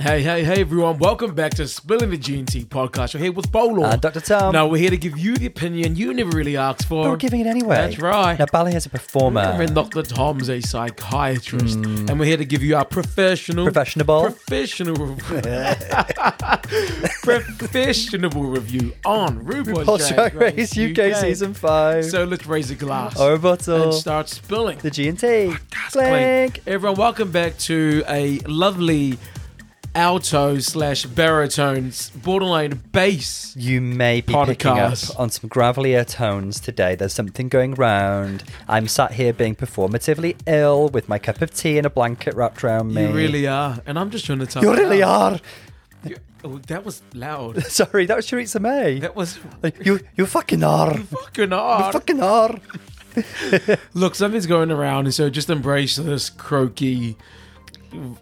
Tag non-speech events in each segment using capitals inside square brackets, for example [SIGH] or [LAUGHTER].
Hey, hey, hey, everyone. Welcome back to Spilling the GNT podcast. You're here with Bolo. And Dr. Uh, Tom. Now, we're here to give you the opinion you never really asked for. But we're giving it anyway. That's right. Now, Bally is a performer. And Dr. Tom's a psychiatrist, and we're here to give you our professional, Professionable. professional, [LAUGHS] professional review on RuPaul's, Paul Drag Drag Race UK, Season 5. So let's raise a glass Or a bottle. and start spilling. the G&T. Clink. Clink. Everyone, welcome back to a lovely alto slash baritone, s- borderline bass. You may be picking up Podcast. on some gravelier tones today. There's something going round. I'm sat here being performatively ill with my cup of tea and a blanket wrapped around me. You really are, and I'm just trying to tell You really are. [LAUGHS] Oh, that was loud. Sorry, that was Theresa May. That was Like, You, you fucking are. You fucking hard. fucking are. Look, something's going around, and so just embrace this croaky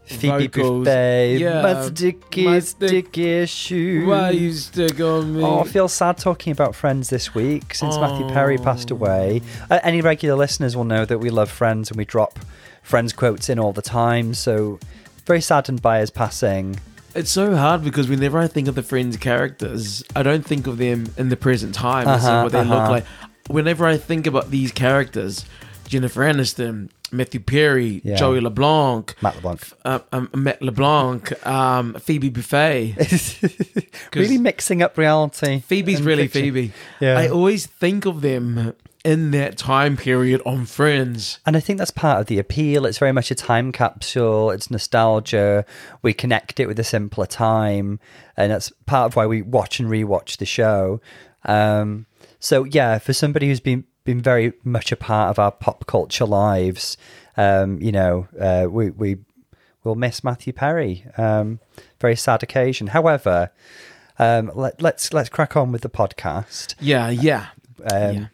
Phoebe vocals. Buffet. Yeah. My My sticky, stick- sticky shoes. Why you stick on me? Mm. Oh, I feel sad talking about Friends this week since Matthew Oh. Perry passed away. Uh, any regular listeners will know that we love Friends and we drop Friends quotes in all the time. So very saddened by his passing. [LAUGHS] It's so hard because whenever I think of the Friends characters, I don't think of them in the present time as Uh-huh, in what they look uh-huh. like. Whenever I think about these characters, Jennifer Aniston, Matthew Perry, Yeah. Joey LeBlanc, Matt LeBlanc. uh, um, Matt LeBlanc, um, Phoebe Buffay. [LAUGHS] really mixing up reality. Phoebe's and really fiction. Phoebe. Yeah. I always think of them in that time period on Friends. And I think that's part of the appeal. It's very much a time capsule. It's nostalgia. We connect it with a simpler time, and that's part of why we watch and rewatch the show. Um, so yeah, for somebody who's been been very much a part of our pop culture lives, um, you know, uh, we we will miss Matthew Perry. Um, very sad occasion. However, um, let, let's let's crack on with the podcast. Yeah, yeah. Um, Yeah.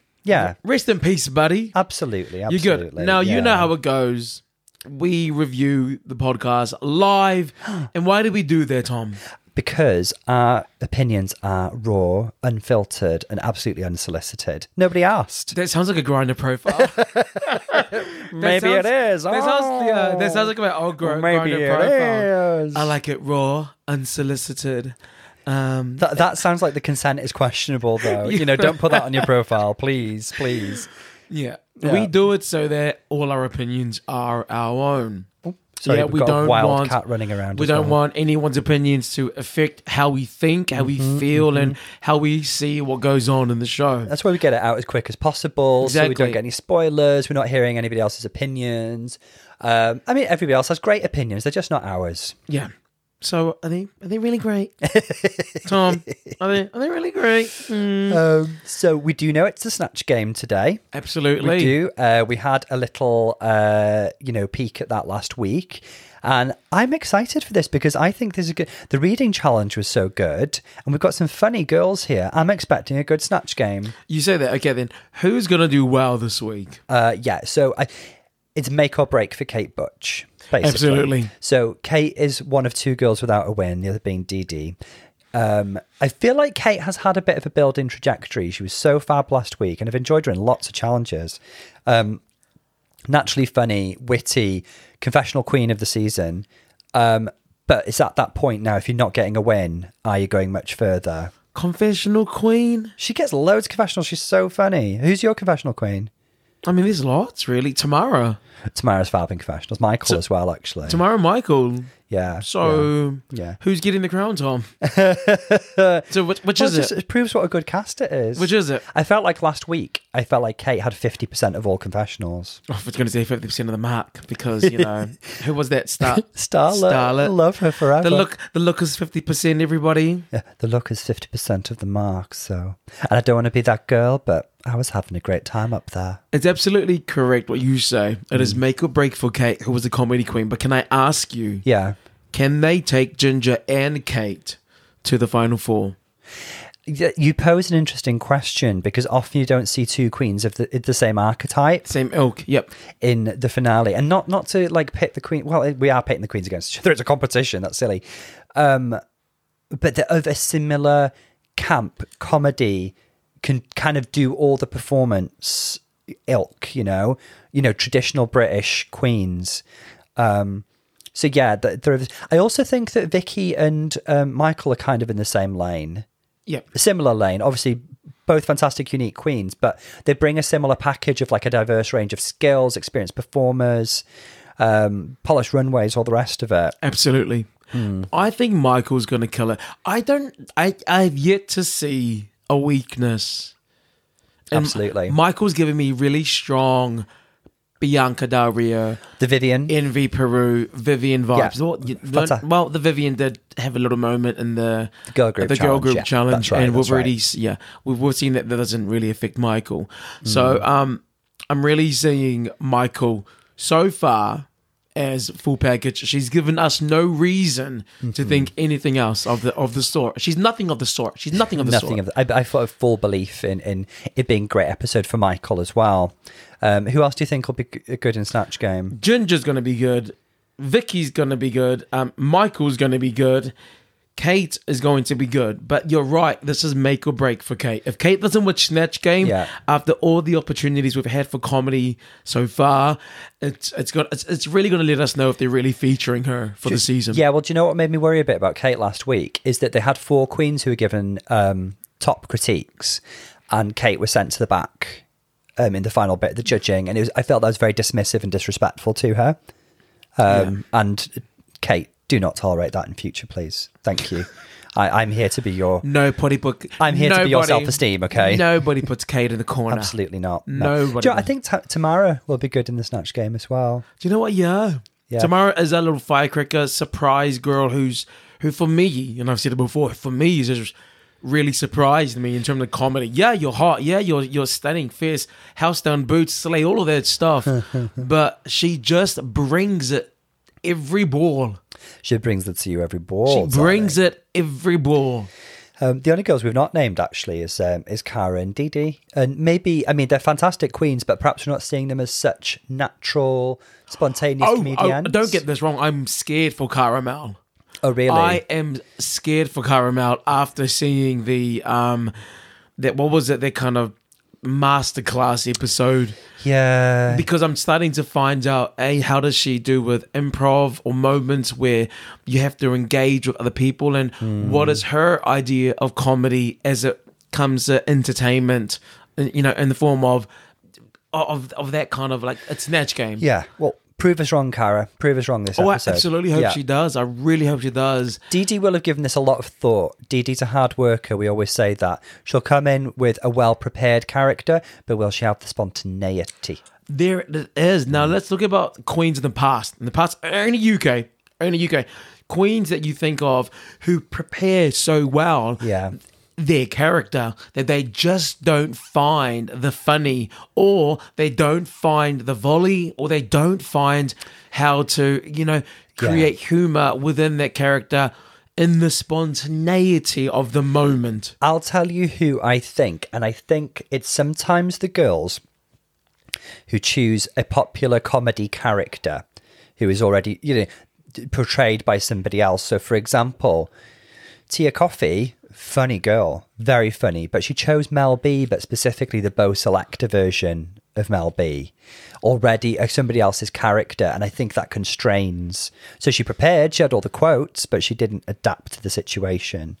yeah. Rest in peace, buddy. Absolutely, You're absolutely. good. Now you know yeah. how it goes. We review the podcast [GASPS] live. and why did we do that, Tom? because our opinions are raw, unfiltered, and absolutely unsolicited. Nobody asked. That sounds like a grinder [LAUGHS] profile. That Maybe it sounds- is. That sounds, yeah, that Oh. sounds like my old gr- Maybe grinder it profile. is. I like it raw, unsolicited. Um, That, that sounds like the consent is [LAUGHS] questionable, though. you know, don't put that on your profile, please, please. yeah. Yeah. we do it so that all our opinions are our own. Sorry, Yeah, we've we got don't a wild want- cat running around. We as don't well. want anyone's opinions to affect how we think, how Mm-hmm, we feel, and how we see what goes on in the show. That's why we get it out as quick as possible, so we Exactly. don't get any spoilers. We're not hearing anybody else's opinions. Um, I mean, everybody else has great opinions; they're just not ours. Yeah. So are they are they really [LAUGHS] great? Tom, are they are they really great? Mm. Um, so we do know it's a snatch game today. Absolutely. We do. Uh, we had a little, uh, you know, peek at that last week, and I'm excited for this because I think this is good. The reading challenge was so good, and we've got some funny girls here. I'm expecting a good snatch game. You say that. Okay then. Who's gonna do well this week? Uh, yeah, so I, it's make or break for Kate Butch. Basically. Absolutely. So Kate is one of two girls without a win, the other being DD. Um, I feel like Kate has had a bit of a building trajectory. She was so fab last week, and I've enjoyed her in lots of challenges. Um, naturally funny, witty, confessional queen of the season. Um, but it's at that point now. If you're not getting a win, are you going much further? Confessional Queen? She gets loads of confessionals. She's so funny. Who's your confessional queen? I mean there's lots really. Tamara. Tamara's fab in confessionals. Michael as well, actually. Tamara Michael. yeah. yeah. So Yeah. who's getting the crown, [LAUGHS] Tom? so which, which Well, is it just it? it proves what a good cast it is. Which is it? I felt like last week. I felt like Kate had fifty percent of all confessionals. Oh, I was gonna say fifty percent of the mark because you [LAUGHS] know who was that star Starlet, love her forever. The look the look is fifty percent, everybody. Yeah, the look is fifty percent of the mark. So, and I don't want to be that girl, but I was having a great time up there. It's absolutely correct what you say. It is make or break for Kate, who was a comedy queen. But can I ask you, Yeah, can they take Ginger and Kate to the final four? Y- you pose an interesting question because often you don't see two queens of the, the same archetype. Same ilk. Yep. in the finale and not not to like pit the queen well we are pitting the queens against each other it's a competition that's silly um but they're of a similar camp comedy can kind of do all the performance ilk you know you know traditional british queens um So yeah, the, the, I also think that Vicky and um, Michael are kind of in the same lane, Yep. similar lane. Obviously, both fantastic, unique queens, but they bring a similar package of like a diverse range of skills, experienced performers, um, polished runways, all the rest of it. Absolutely. I think Michael's going to kill it. I don't. I I've yet to see a weakness. And Absolutely. Michael's giving me really strong Bianca Del Rio, The Vivian, Envy Peru, Vivian vibes. Yeah. Well, you- Fanta- well, the Vivian did have a little moment in the the girl group, the girl challenge, group yeah, challenge, that's right, and that's we've already right. s- yeah we've, we've seen that that doesn't really affect Michael. So Hmm. um, I'm really seeing Michael so far as full package. She's given us no reason Mm-hmm. to think anything else of the of the sort. She's nothing of the sort. She's nothing of the nothing sort. of. The, I, I thought of full belief in in it being a great episode for Michael as well. Um, who else do you think will be g- good in Snatch Game? Ginger's gonna be good. Vicky's gonna be good. Um, Michael's gonna be good. Kate is going to be good, but you're right. This is make or break for Kate. If Kate doesn't win Snatch Game, Yeah. after all the opportunities we've had for comedy so far, it's it's got it's, it's really going to let us know if they're really featuring her for the season. Yeah, well, do you know what made me worry a bit about Kate last week is that they had four queens who were given um, top critiques, and Kate was sent to the back um, in the final bit, the judging, and it was, I felt that was very dismissive and disrespectful to her. Um, And Kate, do not tolerate that in future, please. Thank you. I, I'm here to be your. No potty book. I'm here to be nobody- your self-esteem, okay? Nobody puts Kate [LAUGHS] in the corner. Absolutely not. Nobody Do you know, I will. think Ta- Tamara will be good in the snatch game as well. Do you know what? Yeah. Yeah. Tamara is a little firecracker, surprise girl who's who for me, and I've said it before, for me is just really surprised me in terms of comedy. Yeah, you're hot. Yeah, you're you're stunning, fierce, house down boots, slay, all of that stuff. but she just brings it every ball. She brings it to you every She ball. brings it every ball. Um, the only girls we've not named actually is um, is Cara and Didi, and maybe I mean they're fantastic queens, but perhaps we're not seeing them as such natural, spontaneous Oh, oh, comedians. don't get this wrong. I'm scared for Caramel. Oh, really? I am scared for Caramel after seeing the um that what was it that kind of masterclass episode yeah. because I'm starting to find out a how does she do with improv or moments where you have to engage with other people and what is her idea of comedy as it comes to entertainment you know in the form of of of that kind of like a snatch game yeah. Well, prove us wrong, Cara. Prove us wrong this oh I episode. absolutely hope Yeah. she does I really hope she does Didi will have given this a lot of thought. Didi's a hard worker. We always say that. She'll come in with a well prepared character, but will she have the spontaneity? There it is. Now let's look about queens in the past. In the past, only UK, only UK queens that you think of who prepare so well. Yeah. Their character that they just don't find the funny, or they don't find the volley, or they don't find how to, you know, create humor within that character in the spontaneity of the moment. I'll tell you who I think, and I think it's sometimes the girls who choose a popular comedy character who is already, you know, d- portrayed by somebody else. So, for example, Tia Coffey, funny girl, very funny, but she chose Mel B, but specifically the Bo Selector version of Mel B, already uh, somebody else's character, and I think that constrains. So she prepared, she had all the quotes, but she didn't adapt to the situation.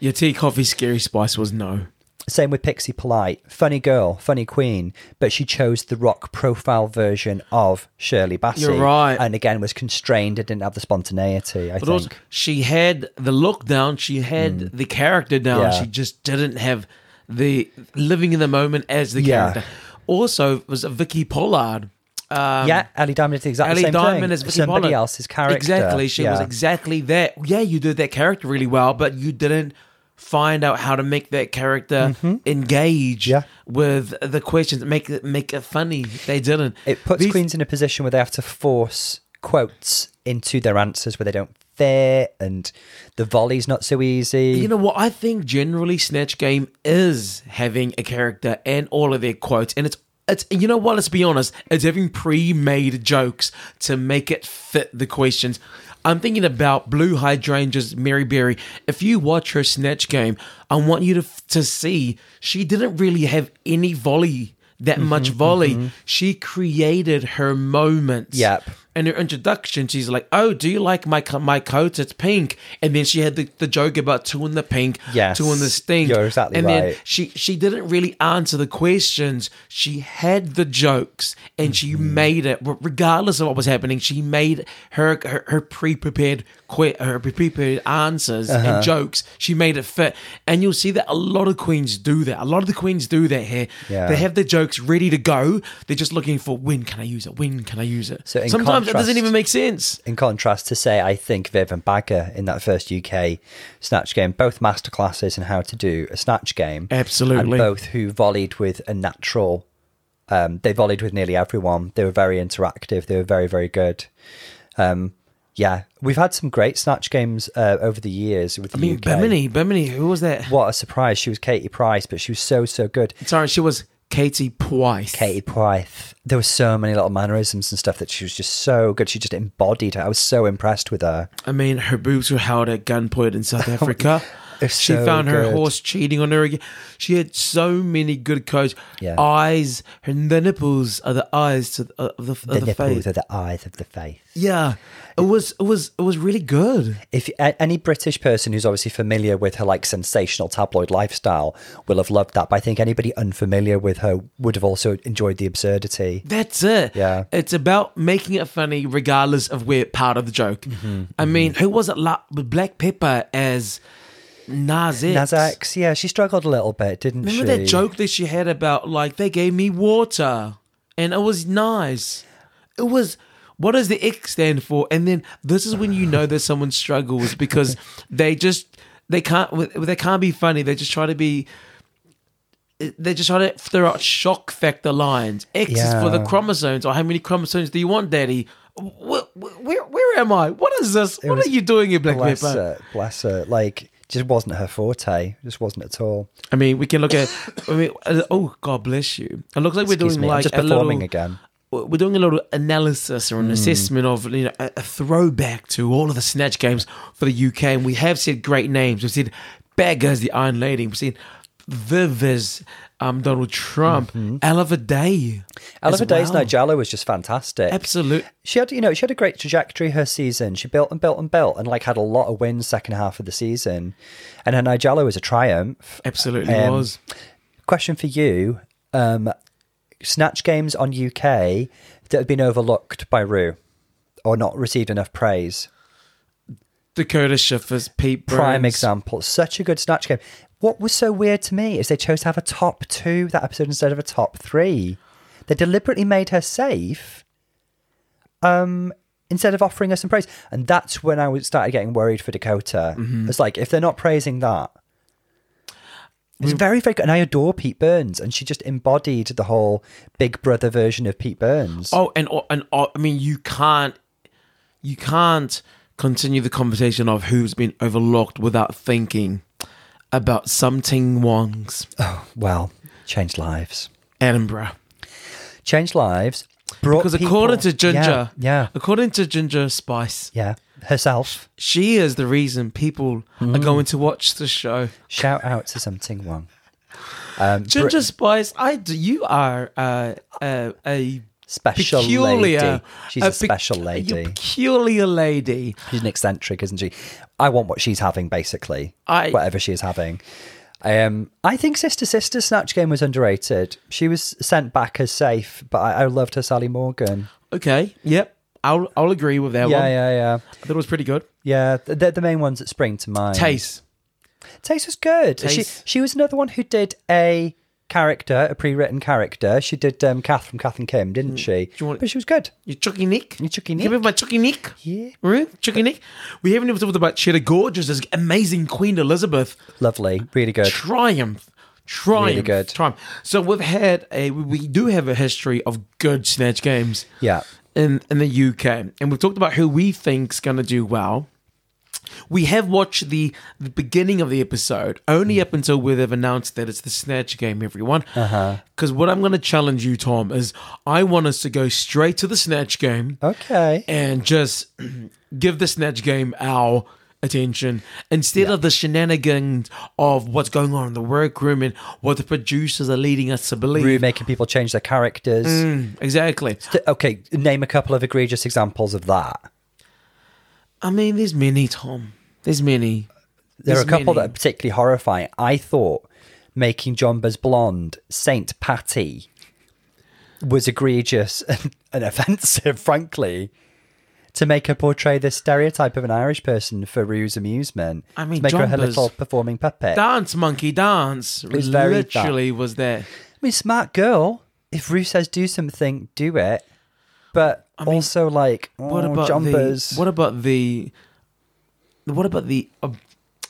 Your tea, coffee, scary spice was no. Same with Pixie Polite, funny girl, funny queen, but she chose the rock profile version of Shirley Bassey. You're right. and again was constrained and didn't have the spontaneity. I But think Mm. also, she had the look down. She had the character down. Yeah. She just didn't have the living in the moment as the Yeah. character. Also, it was Vicky Pollard. Um, yeah, Ellie Diamond did exactly Ellie the same Diamond thing. as Vicky somebody Pollard. else's character. Exactly. She was Yeah. exactly that. Yeah, you did that character really well, but you didn't find out how to make that character engage Mm-hmm. Yeah. with the questions. Make it make it funny. They didn't. It puts These- queens in a position where they have to force quotes into their answers where they don't fit, and the volley's not so easy. You know what? I think generally Snatch Game is having a character and all of their quotes, and it's it's you know what? Let's be honest, it's having pre-made jokes to make it fit the questions. I'm thinking about Blue Hydrangeas, Mary Berry. If you watch her Snatch Game, I want you to to see she didn't really have any volley that much volley. She created her moments. Yep. in her introduction, she's like, "Oh, do you like my co- my coat? It's pink." And then she had the, the joke about two in the pink, Yes. two in the stink. You're exactly and Then right. she she didn't really answer the questions. She had the jokes, and she Mm-hmm. made it re- regardless of what was happening. She made her her, her pre prepared que- her pre prepared answers Uh-huh. and jokes. She made it fit, and you'll see that a lot of queens do that. A lot of the queens do that here. Yeah. They have their jokes ready to go. They're just looking for when can I use it? When can I use it? So in Sometimes it doesn't contrast- even make sense. In contrast to say, I think Viv and Bagger in that first UK snatch game, both masterclasses in how to do a snatch game, and Absolutely. both who volleyed with a natural. Um, they volleyed with nearly everyone. They were very interactive. They were very very good. Um, yeah, we've had some great snatch games uh, over the years with the I mean, UK. Bimini, Bimini, who was that? What a surprise! She was Katie Price, but she was so so good. Sorry, she was Katie Price. Katie Price. There were so many little mannerisms and stuff that she was just so good. She just embodied her. I was so impressed with her. I mean, her boobs were held at gunpoint in [LAUGHS] Oh South Africa. It's she so found her good. horse cheating on her again. She had so many good coats. Yeah. Eyes, her the nipples are the eyes to the, of the, of The, the, nipples face. are the eyes of the face. yeah, it was it was it was really good. If a- any British person who's obviously familiar with her like sensational tabloid lifestyle will have loved that, but I think anybody unfamiliar with her would have also enjoyed the absurdity. That's it. Yeah. It's about making it funny regardless of where part of the joke. Mm-hmm. I mean, who was it la- with Black Pepper as Nas X? Nas X, yeah, she struggled a little bit, didn't she? Remember that joke that she had about like they gave me water and it was nice. It was what does the X stand for? And then this is when you know that someone struggles [LAUGHS] because they just they can't they can't be funny. They just try to be they just try to throw out shock factor lines. X is for the Yeah. chromosomes or how many chromosomes do you want, Daddy? Where, where, where am I? What is this? What was- are you doing here, Black Bless Pepper? her, bless her. Like, just wasn't her forte. Just wasn't at all. I mean, we can look at. I mean, uh, oh God bless you. It looks like we're Excuse doing me, I'm like just a performing little, again. Hmm. we're doing a little analysis or an assessment of you know a, a throwback to all of the snatch games for the UK, and we have said great names. We've said Bagger's the Iron Lady. We've seen Vivis, um, Donald Trump, Mm-hmm. Oliver Day. Oliver as Day's well. Nigella was just fantastic. Absolute. she had you know she had a great trajectory her season she built and built and built and like had a lot of wins second half of the season and her nigella was a triumph Absolutely Um, was. question for you um snatch games on uk that have been overlooked by rue or not received enough praise Dakota Schiffers, Pete prime Burns. example such a good snatch game what was so weird to me is they chose to have a top two that episode instead of a top three they deliberately made her safe um, instead of offering us some praise. And that's when I was- started getting worried for Dakota. Mm-hmm. It's like, if they're not praising that, it's very, very good. And I adore Pete Burns. And she just embodied the whole Big Brother version of Pete Burns. Oh, and and I mean, you can't, you can't continue the conversation of who's been overlooked without thinking about something Wong's Well, changed lives. Edinburgh. Changed lives. Brought Because people- according to Ginger, Yeah. Yeah. according to Ginger Spice, yeah. Herself. she is the reason people Mm. are going to watch the show. Shout out to something wrong. Ginger Spice, I d- you are uh, uh, a Special peculiar, Uh, lady. She's a, pe- special a lady. peculiar lady. She's an eccentric, isn't she? I want what she's having, basically. I- whatever she is having. Um, I think Sister Sister Snatch Game was underrated. She was sent back as safe, but I, I loved her Sally Morgan. Okay, yep, I'll I'll agree with that yeah, one. yeah, yeah, I thought it was pretty good. yeah. th- They're the main ones that spring to mind. Taste. Taste was good. She Taste. she was another one who did a character, a pre-written character. She did um, Kath from Kath and Kim, didn't she? Mm. you want- But she was good. Your Chucky Nick? Your Chucky Give me Nick. my Chucky Nick. Yeah. Really? Chucky Nick? We haven't even talked about Cheddar Gorgeous, this amazing Queen Elizabeth. Lovely, really good. Triumph. Triumph. Really good. Triumph. So we've had a, we do have a history of good Snatch games Yeah, in, in the UK. And we've talked about who we think's going to do well. We have watched the, the beginning of the episode only up until where they've announced that it's the snatch game, everyone. Because what I'm going to challenge you, Tom, is I want us to go Oh. straight to the snatch game okay. [CLEARS THROAT] and just give the snatch game our attention instead of the shenanigans of what's going on in the workroom and what the producers are leading us to believe. Really making people change their characters. Mm, exactly. Th- Okay, name a couple of egregious examples of that. I mean, there's many, Tom. There's many. There are There's a many. couple that are particularly horrifying. I thought making Jombas blonde Saint Patty was egregious [LAUGHS] and, and offensive, frankly. To make her portray this stereotype of an Irish person for Rue's amusement. I mean, to make her her Jombas- little performing puppet. Dance, monkey, dance. was very Literally was that. I mean, smart girl. If Rue says do something, do it. But also, like, oh, What about Jombas. the? What about the? What about the? Uh,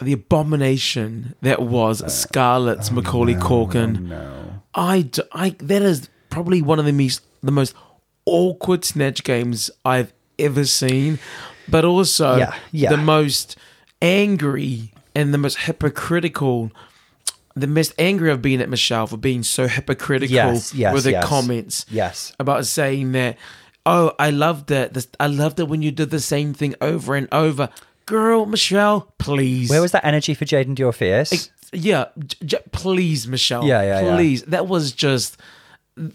the abomination that was Scarlett's Macaulay Corkin. Oh, no. I, d- I- that is probably one of the most the most awkward snatch games I've ever seen, but also Yeah, yeah. the most angry and the most hypocritical. The most angry I've been at Michelle for being so hypocritical Yes, yes, with her yes. comments Yes. about saying that. Oh, I loved it. This, I loved it when you did the same thing over and over, girl, Michelle. Please, Where was that energy for Jaden Dior Fierce? yeah, j- j- please, Michelle. Yeah, yeah, yeah. Please, that was just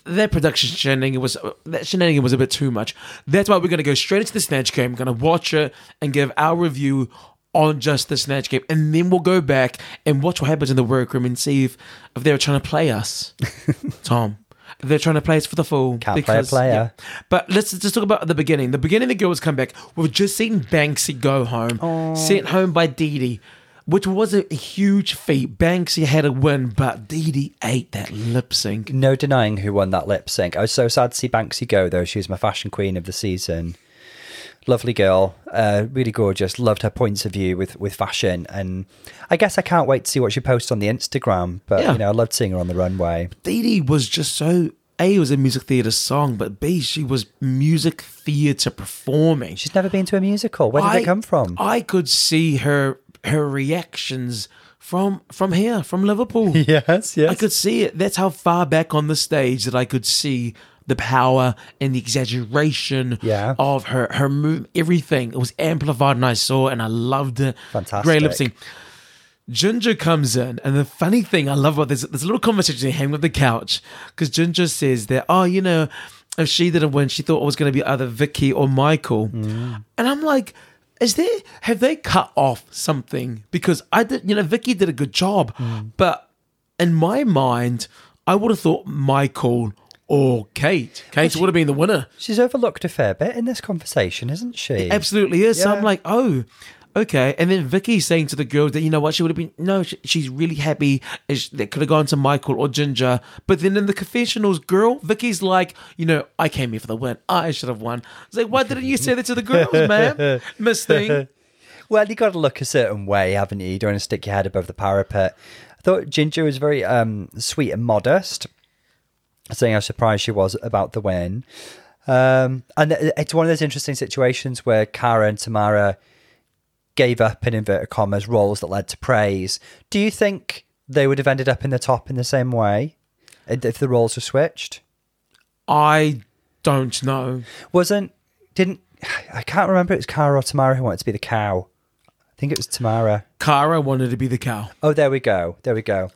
that production shenanigan was that shenanigan was a bit too much. That's why we're gonna go straight into the snatch game. We're gonna watch it and give our review on just the snatch game, and then we'll go back and watch what happens in the workroom and see if if they're trying to play us, Tom. If They're trying to play us for the fool. Can't play a player. yeah. But let's just talk about the beginning. The beginning, the girls come back. We've just seen Banksy go home, sent home by Dee Dee, which was a huge feat. Banksy had a win, but Dee Dee ate that lip sync. No denying who won that lip sync. I was so sad to see Banksy go, though. She was my fashion queen of the season. Lovely girl, uh, really gorgeous. Loved her points of view with, with fashion, and I guess I can't wait to see what she posts on the Instagram. But Yeah. you know, I loved seeing her on the runway. Dee Dee was just so. A it was a music theater song, but B she was music theater performing. She's never been to a musical. Where did I- it come from? I could see her her reactions from from here, from [LAUGHS] Liverpool. [LAUGHS] yes, yes. I could see it. That's how far back on the stage that I could see the power and the exaggeration Yeah. of her her move. Everything it was amplified, and I saw it, and I loved it. great lip Fantastic. sync. Ginger comes in, and the funny thing I love about this there's a little conversation hanging with the couch because Ginger says that oh you know if she didn't win she thought it was going to be either Vicky or Michael, and I'm like. Is there have they cut off something? Because I did, you know, Vicky did a good job, but in my mind, I would have thought Michael or Kate. Kate would have been the winner. She's overlooked a fair bit in this conversation, isn't she? Absolutely is. So Yeah. I'm like, oh, okay. And then Vicky's saying to the girls that you know what she would have been. No, she, she's really happy. Is- That could have gone to Michael or Ginger. But then in the confessionals, girl, Vicky's like, you know, I came here for the win. I should have won. It's like, why didn't you say that to the girls, man? Miss thing. Well, you got to look a certain way, haven't you? You don't want to stick your head above the parapet. I thought Ginger was very um, sweet and modest, saying how surprised she was about the win. Um, and it- it's one of those interesting situations where Kara and Tamara gave up, in inverted commas, roles that led to praise. Do you think they would have ended up in the top in the same way if the roles were switched? I don't know. Wasn't, didn't, I can't remember if it was Kara or Tamara who wanted to be the cow. I think it was Tamara. Kara wanted to be the cow. Oh, there we go. There we go.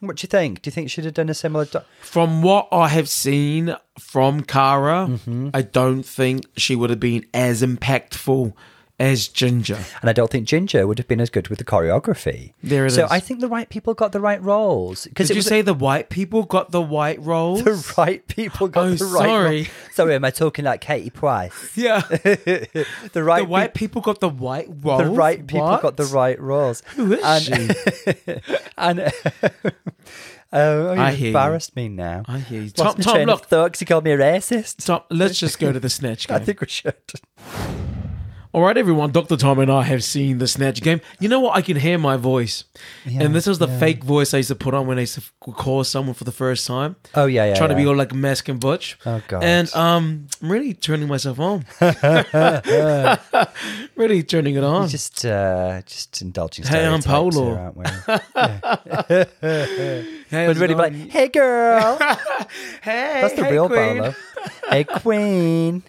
What do you think? Do you think she'd have done a similar? Do- From what I have seen from Kara, I don't think she would have been as impactful as Ginger. and I don't think Ginger would have been as good with the choreography. There it so is. I think the right people got the right roles. Because Did you say the white people got the white roles? [LAUGHS] the right people got Oh, the right? sorry. ro- sorry. Am I talking like Katie Price? yeah. [LAUGHS] the The right. white people got the white roles. peop- the right people What? got the right roles. Who is and, she? [LAUGHS] And uh, oh, I you hear you. embarrassed me now. I hear you. Lost Tom, my Tom, train of look. thought 'cause you called me a racist. [LAUGHS] Tom, let's just go to the snatch game. I think we should. All right, everyone. Dr. Tom and I have seen the Snatch Game. You know what? I can hear my voice. and this was the fake voice I used to put on when I used to f- call someone for the first time. Oh yeah, yeah. trying to yeah. be all like mask and butch. Oh, God. And um, I'm really turning myself [LAUGHS] on. [LAUGHS] really turning it on. just uh, just indulging. Hey, I'm stereotypes Polo. here, [LAUGHS] aren't we? Hey, But how's it really, be like, going? hey, girl, [LAUGHS] hey, that's the hey, real queen. [LAUGHS] Polo. Hey, queen.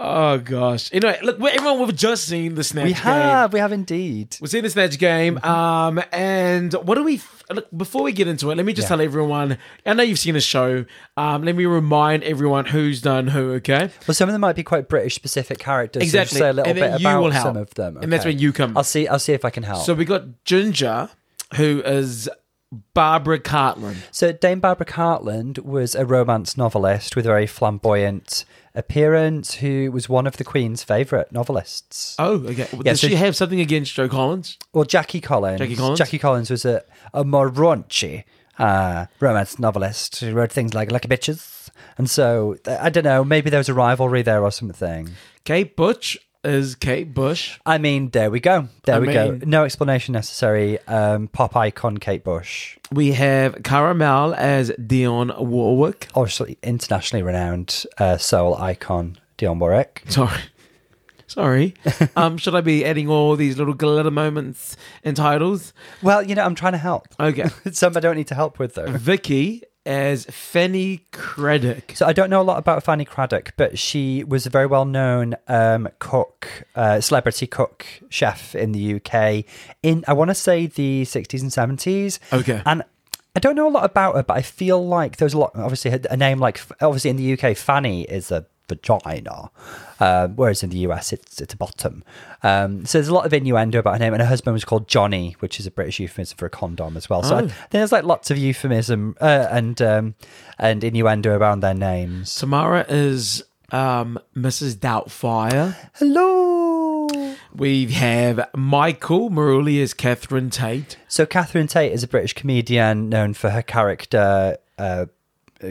Oh gosh. Anyway, look, we- everyone we've just seen the Snatch We Game. have, Mm-hmm. we have indeed. We've seen the Snatch Game. Um, and what do we f- look before we get into it? Let me just Yeah. tell everyone. I know you've seen the show. Um, let me remind everyone who's done who. Okay. Well, some of them might be quite British specific characters. so Exactly. just say a little And then bit you about will help. some of them. And that's okay. when you come. I'll see. I'll see if I can help. So So, we got Ginger, who is Barbara Cartland. Dame Barbara Cartland was a romance novelist with a very flamboyant appearance, who was one of the Queen's favourite novelists. Oh, okay. Well, Yeah, Does so- she have something against Joe Collins? Well, Jackie Collins. Jackie Collins? Jackie Collins was a, a more raunchy uh, romance novelist who wrote things like Lucky Bitches. And so, th- I don't know, maybe there was a rivalry there or something. Kate Butch is Kate Bush. I mean, there we go. There I we go. mean- No explanation necessary. Um, pop icon Kate Bush. We have Caramel as Dion Warwick. Obviously, internationally renowned uh, soul icon Dionne Warwick. Sorry. [LAUGHS] Sorry. um, should I be adding all these little glitter moments and titles? Well, you know, I'm trying to help. [LAUGHS] Okay. Some I don't need to help with, though. Vicky as Fanny Craddock. So I don't know a lot about Fanny Craddock, but she was a very well-known um, cook, uh, celebrity cook chef in the UK in I want to say the 60s and 70s. Okay. And I don't know a lot about her, but I feel like there's a lot. Obviously, a name like obviously in the UK, Fanny is a vagina, um, whereas in the US, it's it's a bottom. Um, so there's a lot of innuendo about her name, and her husband was called Johnny, which is a British euphemism for a condom as well. So I, think there's like lots of euphemism uh, and um, and innuendo around their names. Tamara is um, Mrs. Doubtfire. Hello. We have Michael Maruli as Catherine Tate. So Catherine Tate is a British comedian known for her character uh,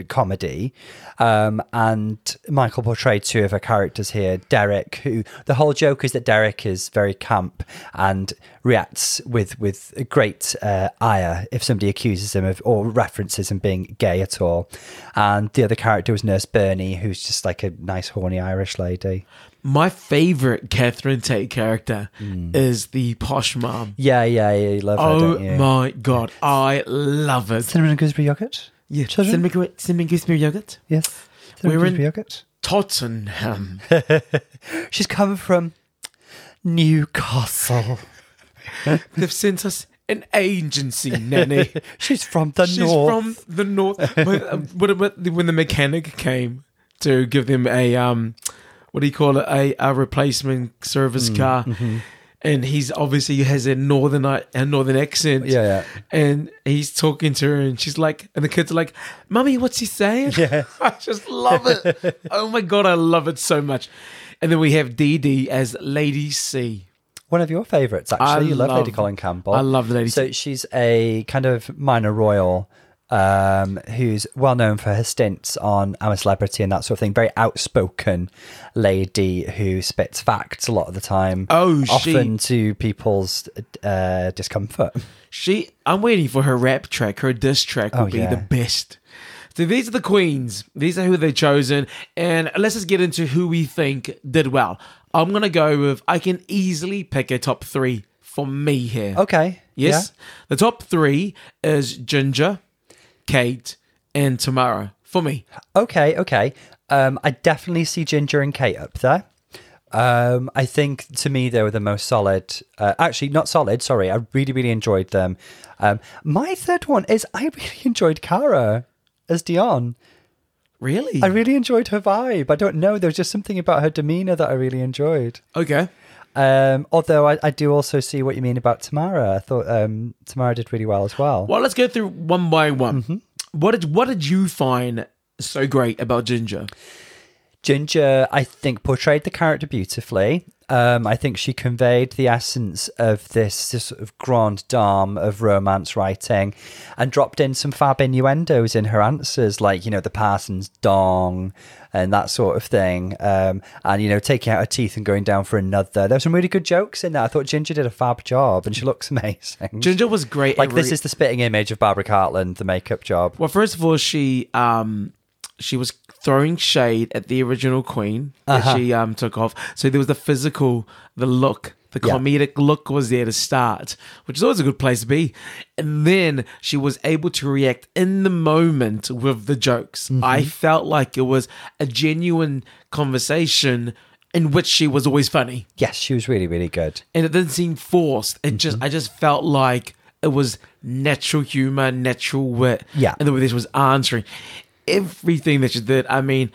comedy, um, and Michael portrayed two of her characters here. Derek, who the whole joke is that Derek is very camp and reacts with with great uh, ire if somebody accuses him of or references him being gay at all, and the other character was Nurse Bernie, who's just like a nice horny Irish lady. My favorite Catherine Tate character is the posh mom. Yeah, yeah, yeah, you love her, Oh Hmm. don't you? my god, I love it. Cinnamon and gooseberry yogurt. Yeah, Children? cinnamon, goo- cinnamon gooseberry yogurt. Yes. Cinnamon We're in- gooseberry yogurt. Tottenham. She's come from Newcastle. They've sent us an agency [LAUGHS] nanny. [LAUGHS] She's from the She's north. from the north. When, um, when- when- when the mechanic came to give them a um, what do you call it? A, a replacement service Mm, car, mm-hmm. and he's obviously has a northern a northern accent. Yeah, yeah. And he's talking to her, and she's like, and the kids are like, "Mummy, what's he saying?" Yeah. [LAUGHS] I just love [LAUGHS] it. oh my god, I love it so much. And then we have Dee Dee as Lady C. One of your favourites, actually. I you love, Lady love- Colin Campbell. I love Lady So she's a kind of minor royal um, who's well known for her stints on I'm a Celebrity and that sort of thing. Very outspoken lady who spits facts a lot of the time. Oh, she- Often to people's uh, discomfort. She, I'm waiting for her rap track. Her diss track will Oh, be yeah. the best. So these are the queens. These are who they've chosen, and let's just get into who we think did well. I'm gonna go with. I can easily pick a top three for me here. Okay. Yes, the top three is Ginger, Kate, and Tamara for me. Okay, okay. Um, I definitely see Ginger and Kate up there. Um, I think to me they were the most solid. Uh, actually, not solid. Sorry, I really, really enjoyed them. Um, my third one is I really [LAUGHS] enjoyed Cara as Dion. Really? I really enjoyed her vibe. I don't know. There was just something about her demeanor that I really enjoyed. okay. Um, although I, I do also see what you mean about Tamara. I thought um, Tamara did really well as well. Well, let's go through one by one. Mm-hmm. What did What did you find so great about Ginger? Ginger, I think, portrayed the character beautifully. Um, I think she conveyed the essence of this, this sort of grand dame of romance writing and dropped in some fab innuendos in her answers, like, you know, the parson's dong and that sort of thing. Um, and, you know, taking out her teeth and going down for another. There were some really good jokes in there. I thought Ginger did a fab job and she looks amazing. Ginger was great. like, at this re- is the spitting image of Barbara Cartland, the makeup job. Well, first of all, she um she was throwing shade at the original queen that she um took off. So there was the physical, the look, the Yeah. comedic look was there to start, which is always a good place to be. And then she was able to react in the moment with the jokes. I felt like it was a genuine conversation in which she was always funny, Yes, she was really, really good. and it didn't seem forced. It just Mm-hmm. I just felt like it was natural humor, natural wit. Yeah. and the way this was answering everything that she did. I mean.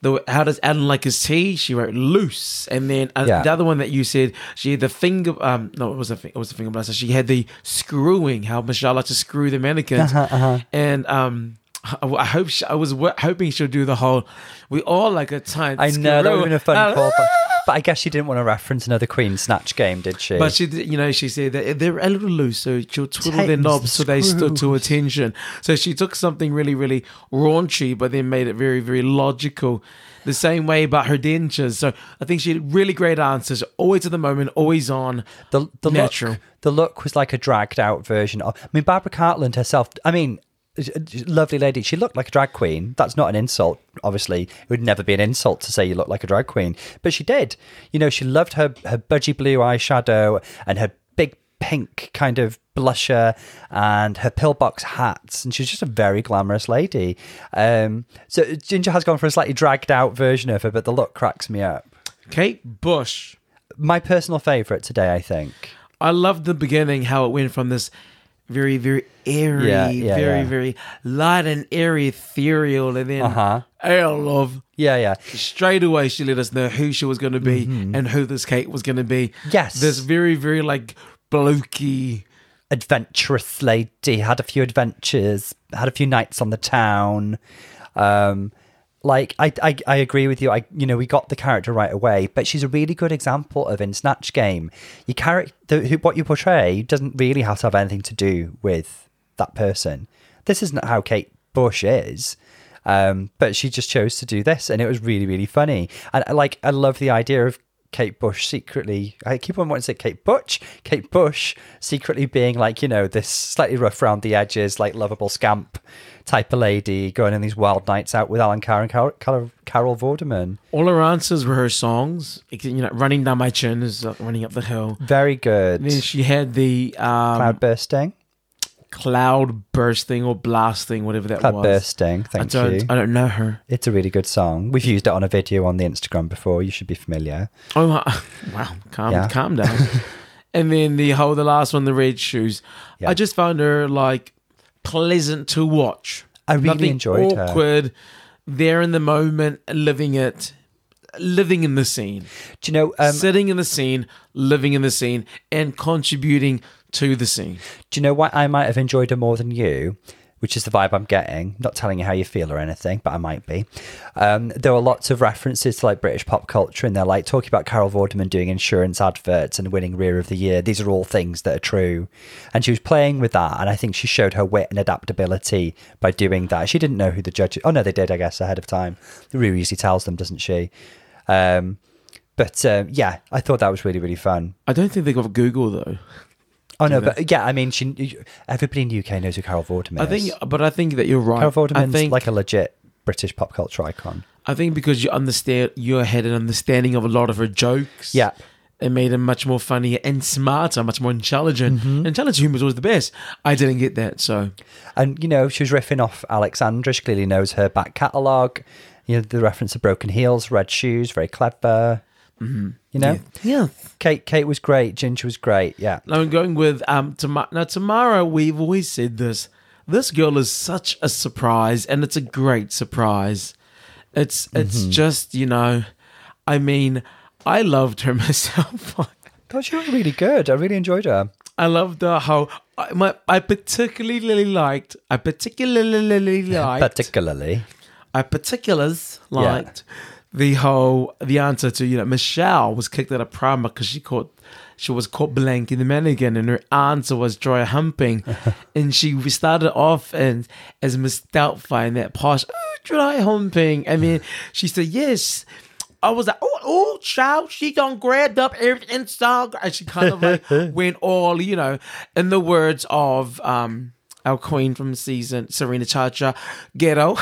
The, way- how does Alan like his tea? She wrote loose, and then uh, Yeah. the other one that you said she had the finger. Um, no, it was a fi- it was a finger blaster. She had the screwing. How Michelle likes to screw the mannequins, Uh-huh, and um, I, I hope she, I was w- hoping she'll do the whole. We all like a time. I know that would have been a fun screw- Uh, call, but, but I guess she didn't want to reference another Queen Snatch game, did she? But she, did- you know, she said that they're a little loose, so she'll twiddle their Tightens the knobs so they stood to attention. So she took something really, really raunchy, but then made it very, very logical. The same way about her dentures. So I think she had really great answers, always at the moment, always on. the the Natural. look the look was like a dragged out version of. I mean, Barbara Cartland herself. I mean, sh- sh- lovely lady. She looked like a drag queen. That's not an insult. Obviously, it would never be an insult to say you look like a drag queen, but she did. You know, she loved her her budgie blue eyeshadow and her big pink kind of blusher and her pillbox hats and she's just a very glamorous lady um so ginger has gone for a slightly dragged out version of her but the look cracks me up Kate Bush. my personal favorite today i think I loved the beginning, how it went from this very, very airy, Yeah, yeah, very, yeah. very light and airy, ethereal, and then Uh-huh. Earl of yeah yeah straight away she let us know who she was going to be and who this Kate was going to be. Mm-hmm. Yes. This very, very like blokey. adventurous lady, had a few adventures, had a few nights on the town. Um, like I, I, I agree with you. I, you know, we got the character right away, but she's a really good example of in Snatch Game, your character, who, what you portray, doesn't really have to have anything to do with that person. This isn't how Kate Bush is. Um, but she just chose to do this, and it was really, really funny. And I- like, I love the idea of Kate Bush secretly. I keep on wanting to say Kate Butch, Kate Bush secretly being like you know this slightly rough round the edges, like lovable scamp type of lady going on these wild nights out with Alan Carr and Carol, Carol, Carol Vorderman. All her answers were her songs. You know, running down my chin is uh, running up the hill. Very good. Then she had the um, Cloud cloud. bursting, bursting or blasting, whatever that cloud was. bursting. I Thank you. don't, I don't know her. It's a really good song. We've used it on a video on the Instagram before. You should be familiar. Oh my, wow! Calm, Yeah. calm [LAUGHS] down. and then the whole, the last one, the red shoes. Yeah. I just found her like pleasant to watch. I really Nothing enjoyed her. awkward, There in the moment, living it, living in the scene, Do you know? Um, sitting in the scene, living in the scene, and contributing to the scene. Do you know why I might have enjoyed her more than you? Which is the vibe I'm getting. Not telling you how you feel or anything, but I might be. Um, there were lots of references to like British pop culture, and they're like talking about Carol Vorderman doing insurance adverts and winning Rear of the Year. These are all things that are true. And she was playing with that, and I think she showed her wit and adaptability by doing that. She didn't know who the judge. Oh no, they did, I guess, ahead of time. Riri usually tells them, doesn't she? Um, but um, yeah, I thought that was really, really fun. I don't think they got Google though. Oh no, but yeah, I mean, she. Everybody in the UK knows who Carol Vorderman I is. think, but I think that you're right. Carol I Vorderman's think, like a legit British pop culture icon. I think because you understand, you had an understanding of a lot of her jokes. Yeah. It made him much more funnier and smarter, much more intelligent. Intelligent humor is always the best. I didn't get that, so And you know, she was riffing off Alexandra. She clearly knows her back catalogue. You know, the reference to broken heels, red shoes, very clever. Mm-hmm. You know, yeah. Kate. Kate was great. Ginger was great. Yeah. I'm going with um Tamara. Now Tamara, we've always said this. This girl is such a surprise, and it's a great surprise. It's it's just you know, I mean, I loved her [LAUGHS] myself. Thought she was really good. I really enjoyed her. I loved her how I, my, I particularly liked. I particularly [LAUGHS] liked. Particularly, I particulars liked the whole the answer to you know Michelle was kicked out of Prima because she caught she was caught blank in the mannequin and her answer was dry humping, and she we started off and as Miss Doubtfire in that posh "Oh, dry humping. I mean, she said yes. I was like, oh, oh, child, she done grabbed up everything, and so-" and she kind of like went all, you know, in the words of um our queen from season Serena Chacha, ghetto.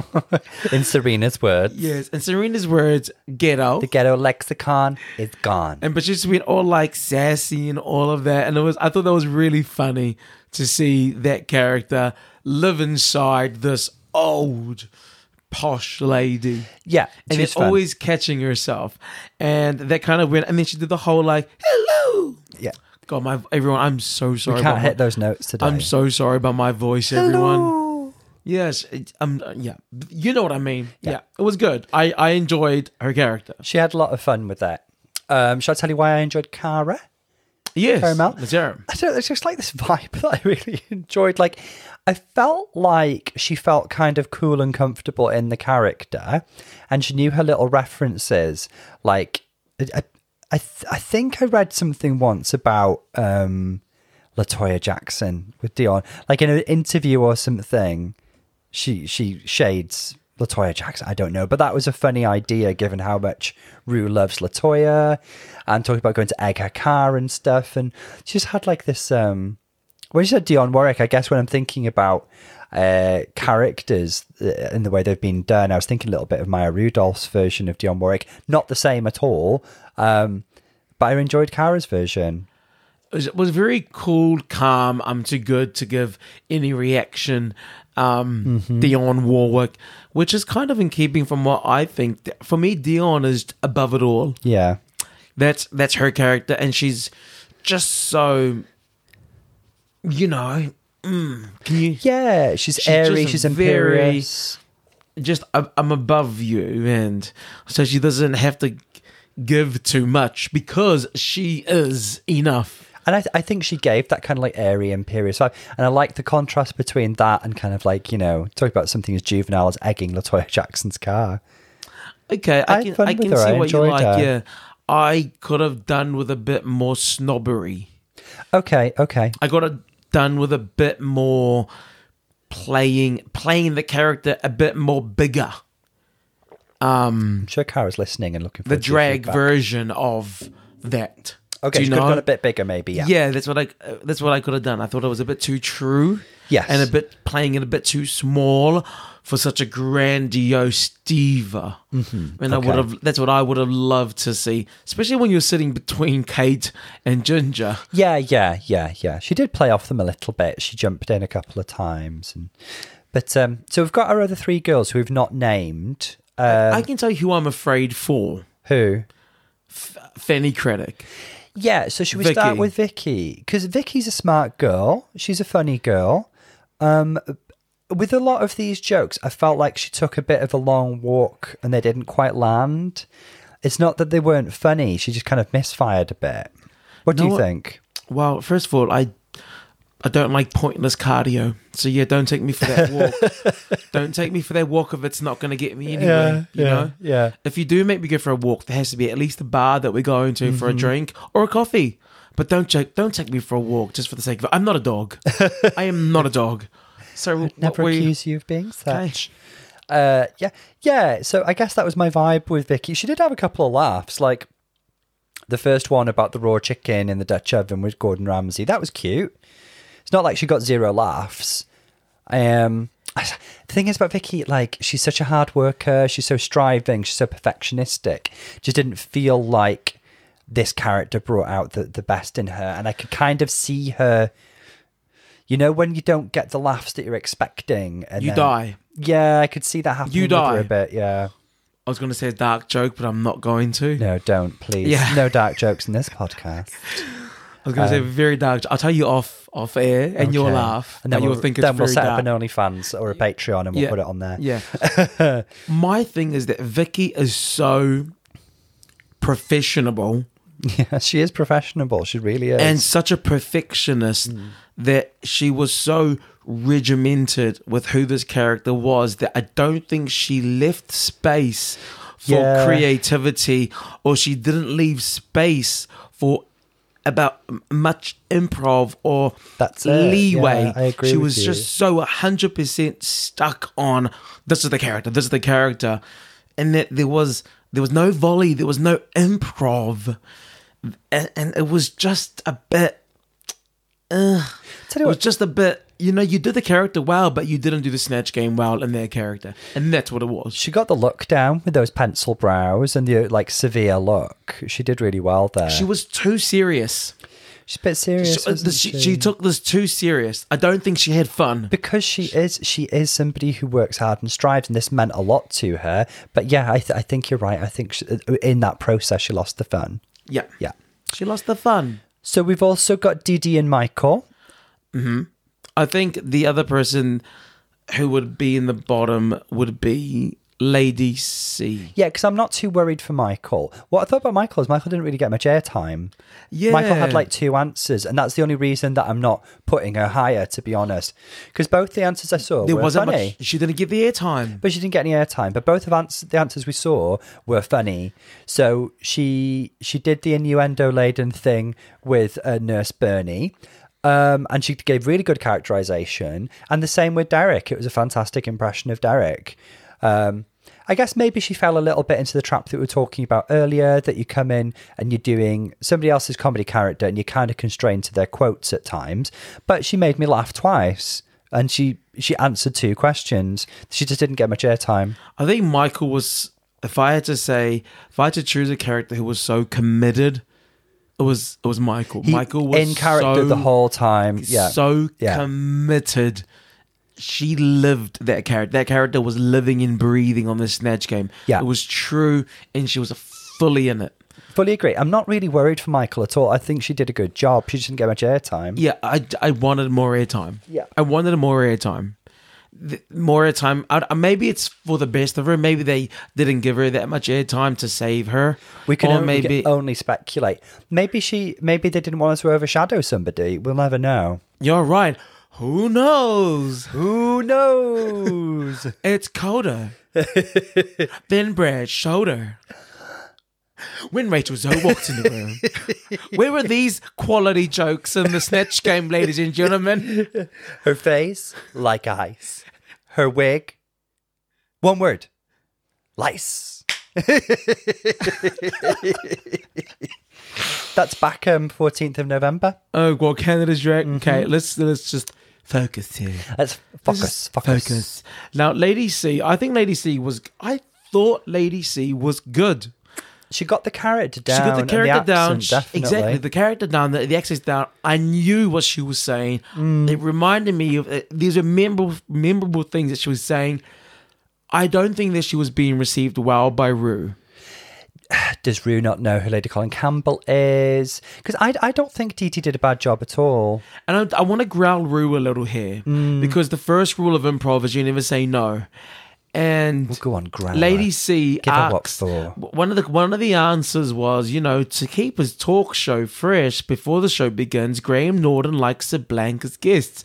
[LAUGHS] in Serena's words, Yes, and Serena's words, ghetto. the ghetto lexicon is gone. and but she's been all like sassy and all of that. And it was I thought that was really funny to see that character live inside this old posh lady. Yeah, And she's she's fun. always catching herself. And that kind of went and then she did the whole like, hello. Yeah. God, my everyone, I'm so sorry. We about can't my- hit those notes today. I'm so sorry about my voice, everyone. Yes, it, um, yeah, you know what I mean. Yeah. it was good. I I enjoyed her character. She had a lot of fun with that. Um, shall I tell you why I enjoyed Kara? Yes, Caramel? Let's hear him. I don't know, it's just like this [LAUGHS] vibe that I really enjoyed. Like, I felt like she felt kind of cool and comfortable in the character, and she knew her little references. Like, I, I, I th- I think I read something once about um, Latoya Jackson with Dion, like in an interview or something. She she shades Latoya Jackson. I don't know, but that was a funny idea given how much Rue loves Latoya, and talking about going to egg her car and stuff. And she just had like this. um When you said Dionne Warwick, I guess when I'm thinking about uh characters uh, in the way they've been done, I was thinking a little bit of Maya Rudolph's version of Dionne Warwick. Not the same at all, um, but I enjoyed Kara's version. It was, it was very cool, calm. I'm too good to give any reaction. Um, Dion Warwick, which is kind of in keeping from what I think. For me, Dion is above it all. Yeah, That's that's her character, and she's just so, you know, mm, can you yeah. She's, She's airy. just She's very- imperious. just I'm I'm above you, and so she doesn't have to give too much because she is enough. And I, th- I think she gave that kind of like airy imperious vibe. And I like the contrast between that and kind of like, you know, talk about something as juvenile as egging Latoya Jackson's car. Okay, I I had can fun I with can her. I see what you enjoyed like. her. Yeah, I could have done with a bit more snobbery. Okay, okay. I got it done with a bit more playing playing the character a bit more bigger. I'm sure Cara's listening and looking for Mm. The drag version of that. Okay, Do she you could have know? gone a bit bigger, maybe. Yeah. yeah. that's what I uh, that's what I could have done. I thought it was a bit too true. Yes. And a bit playing it a bit too small for such a grandiose diva. Mm-hmm. And I Okay. would have that's what I would have loved to see, especially when you're sitting between Kate and Ginger. yeah, yeah, yeah, yeah. She did play off them a little bit. She jumped in a couple of times. and But um, so we've got our other three girls who we've not named. Uh, I can tell you who I'm afraid for. who? Fanny Craddock. Yeah, so should we start Vicky. with Vicky? Because Vicky's a smart girl. She's a funny girl. Um, with a lot of these jokes, I felt like she took a bit of a long walk and they didn't quite land. It's not that they weren't funny, she just kind of misfired a bit. What do No, you I- think? Well, first of all, I I don't like pointless cardio. So yeah, don't take me for that walk. [LAUGHS] don't take me for that walk if it's not going to get me anywhere. you know? yeah. If you do make me go for a walk, there has to be at least a bar that we're going to for a Mm-hmm. drink or a coffee. But don't check, don't take me for a walk just for the sake of it. I'm not a [LAUGHS] dog. I am not a dog. So what Never we- accuse you of being Okay. such. Uh, yeah, yeah. So I guess that was my vibe with Vicky. She did have a couple of laughs, like the first one about the raw chicken in the Dutch oven with Gordon Ramsay. That was cute. It's not like she got zero laughs. Um, the thing is about Vicky, like she's such a hard worker. She's so striving. She's so perfectionistic. Just didn't feel like this character brought out the, the best in her, and I could kind of see her. You know when you don't get the laughs that you're expecting, and You then- die. yeah, I could see that happening. You with her die. a bit. Yeah. I was going to say a dark joke, but I'm not going to. No, don't please. Yeah. No dark jokes in this podcast. I was going to say very dark. I'll tell you off off air, and [LAUGHS] you'll Um, Okay. laugh, and then you'll we'll, think it's then we'll very set dark. up an OnlyFans or a Patreon, and we'll put it on there. Yeah. [LAUGHS] My thing is that Vicky is so professional Yeah, [LAUGHS] she is professional. She really is. and such a perfectionist that she was so regimented with who this character was that I don't think she left space for Yeah. creativity or she didn't leave space for about m- much improv or That's it. leeway. Yeah, I agree she with was you. just so 100% stuck on this is the character, this is the character. And that there was there was no volley, there was no improv and, and it was just a bit. Tell It you was what, just a bit. You know, you did the character well, but you didn't do the snatch game well in their character, and that's what it was. she got the look down with those pencil brows and the like severe look. She did really well there. She was too serious. She's a bit serious. So, uh, isn't she, she took this too serious. I don't think she had fun. because she is she is somebody who works hard and strives, and this meant a lot to her. But yeah, I, th- I think you're right. I think she, in that process, she lost the fun. Yeah. Yeah. She lost the fun. So we've also got Didi and Michael. I think the other person who would be in the bottom would be Lady C. Yeah, because I'm not too worried for Michael. What I thought about Michael is Michael didn't really get much airtime. Yeah. Michael had like two answers, and that's the only reason that I'm not putting her higher, to be honest. Because both the answers I saw There were wasn't funny. much. She didn't get the airtime. but she didn't get any airtime. But both of ans- the answers we saw were funny. So she she did the innuendo laden thing with uh, Nurse Bernie. Um, and she gave really good characterization. And the same with Derek. It was a fantastic impression of Derek. Um, I guess maybe she fell a little bit into the trap that we were talking about earlier that you come in and you're doing somebody else's comedy character and you're kind of constrained to their quotes at times. But she made me laugh twice and she she answered two questions. She just didn't get much airtime. I think Michael was. If I had to say, if I had to choose a character who was so committed, it was it was Michael. He- Michael was in character so, the whole time. Yeah, so Yeah. committed. She lived that character. That character was living and breathing on this snatch game. Yeah. it was true, and she was fully in it. fully agree. I'm not really worried for Michael at all. I think she did a good job. She just didn't get much airtime. Yeah, I, I wanted more airtime. Yeah. I wanted more airtime. Th- More airtime. I, I- maybe it's for the best of her. Maybe they didn't give her that much airtime to save her. We can, or only, we can maybe only speculate. Maybe she, maybe they didn't want her to overshadow somebody. We'll never know. you're right. Who knows? Who knows? It's [LAUGHS] colder than Brad's shoulder. When Rachel Zoe walked in the room, where were these quality jokes in the snatch game, ladies and gentlemen? Her face like ice. Her wig. One word. [LAUGHS] Lice. That's back um fourteenth of November. Oh, well, Canada's drag. Okay, let's let's just focus here. Let's focus, Just focus. focus. Now, Lady C, I think Lady C was. I thought Lady C was good. She got the character down. She got the and character down. accent, She- Definitely. Exactly. The character down, the, the accents down. I knew what she was saying. Mm. It reminded me of uh, these are memorable, memorable things that she was saying. I don't think that she was being received well by Rue. Does Rue not know who Lady Colin Campbell is? Because I, I don't think Dee Dee did a bad job at all. And I, I want to growl Rue a little here Mm. because the first rule of improv is you never say no. And Go on, Grandma. Lady C Give her what asked- for. one of the one of the answers was, you know, to keep his talk show fresh before the show begins, Graham Norton likes to blank his guests.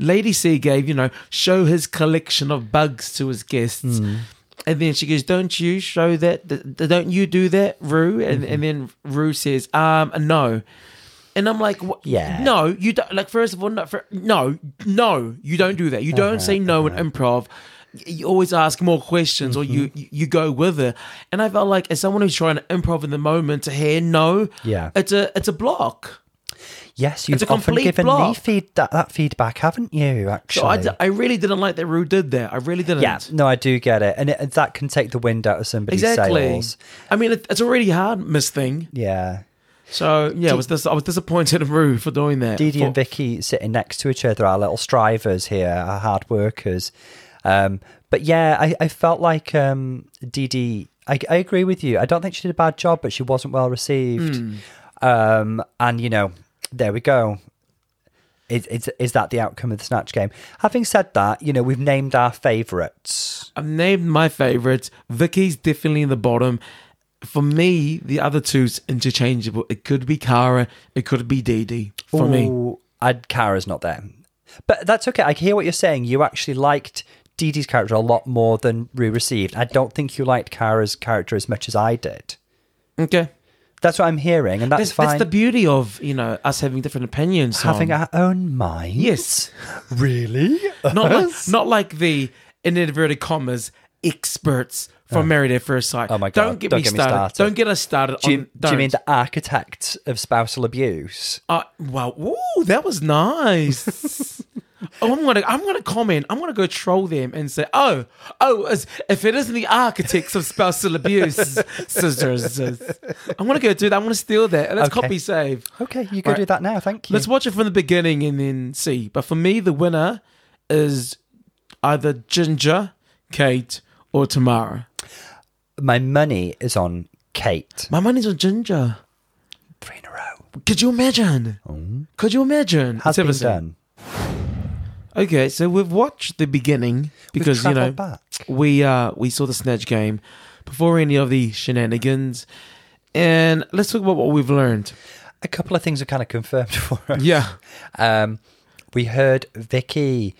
Lady C gave, you know, show his collection of bugs to his guests. Hmm. And then she goes, "Don't you show that? th- th- Don't you do that, Rue?" And, Mm-hmm. and then Rue says, "Um, no." And I'm like, what? Yeah. no, you don't. Like, first of all, no, fir- no, no, you don't do that. You Uh-huh, don't say no in improv. Y- You always ask more questions, or you Mm-hmm. you you go with it. And I felt like as someone who's trying to improv in the moment, to hear no, Yeah. it's a it's a block. Yes, you've a often complete given me block. feed that, that feedback, haven't you? Actually, So I, d- I really didn't like that Rue did that. I really didn't. Yeah, no, I do get it, and it, that can take the wind out of somebody's exactly. sails. I mean, it, it's already hard miss thing. Yeah, So yeah, I was dis- I was disappointed in Rue for doing that. Dee Dee For- and Vicky sitting next to each other, our little strivers here, our hard workers. Um, but yeah, I, I felt like um, Dee Dee. I, I agree with you. I don't think she did a bad job, but she wasn't well received. Hmm. Um, and you know, there we go. Is, is, is that the outcome of the snatch game? Having said that, you know we've named our favourites. I've named my favorites. Vicky's definitely in the bottom. For me, the other two's interchangeable. It could be Kara, it could be Dee Dee. For me, Ooh, I'd Kara's not there. But that's okay. I hear what you're saying. You actually liked Dee Dee's character a lot more than Rue received. I don't think you liked Kara's character as much as I did. okay. That's what I'm hearing, and that's That's, that's fine. the beauty of you know us having different opinions. Having on. our own mind. yes, [LAUGHS] Really? not like, not like the in inverted commas experts from Married at First Sight. Oh Uh. my God, Don't get, don't me, get me started. started. Don't get us started. do, you, on, do you don't. mean the architect of spousal abuse? [LAUGHS] Uh, wow, ooh, that was nice. Oh, I'm gonna, I'm gonna comment. I'm gonna go troll them and say, "Oh, oh, it's- if it isn't the architects of spousal [LAUGHS] abuse, sisters, I'm gonna go do that. I'm gonna steal that. Let's Okay. copy save. Okay, you go Right. do that now. Thank you. Let's watch it from the beginning and then see. But for me, the winner is either Ginger, Kate, or Tamara. My money is on Kate. My money's on Ginger. Three in a row. Could you imagine? Could you imagine? Oh. Has It's been everything. done. Okay, so we've watched the beginning because you know travelled back. we uh we saw the snatch game before any of the shenanigans, and let's talk about what we've learned. A couple of things are kind of confirmed [LAUGHS] for us. Yeah, Um, we heard Vicky,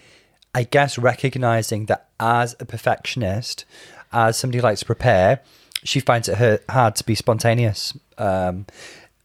I guess, recognizing that as a perfectionist, as somebody who likes to prepare, she finds it her- hard to be spontaneous. Um,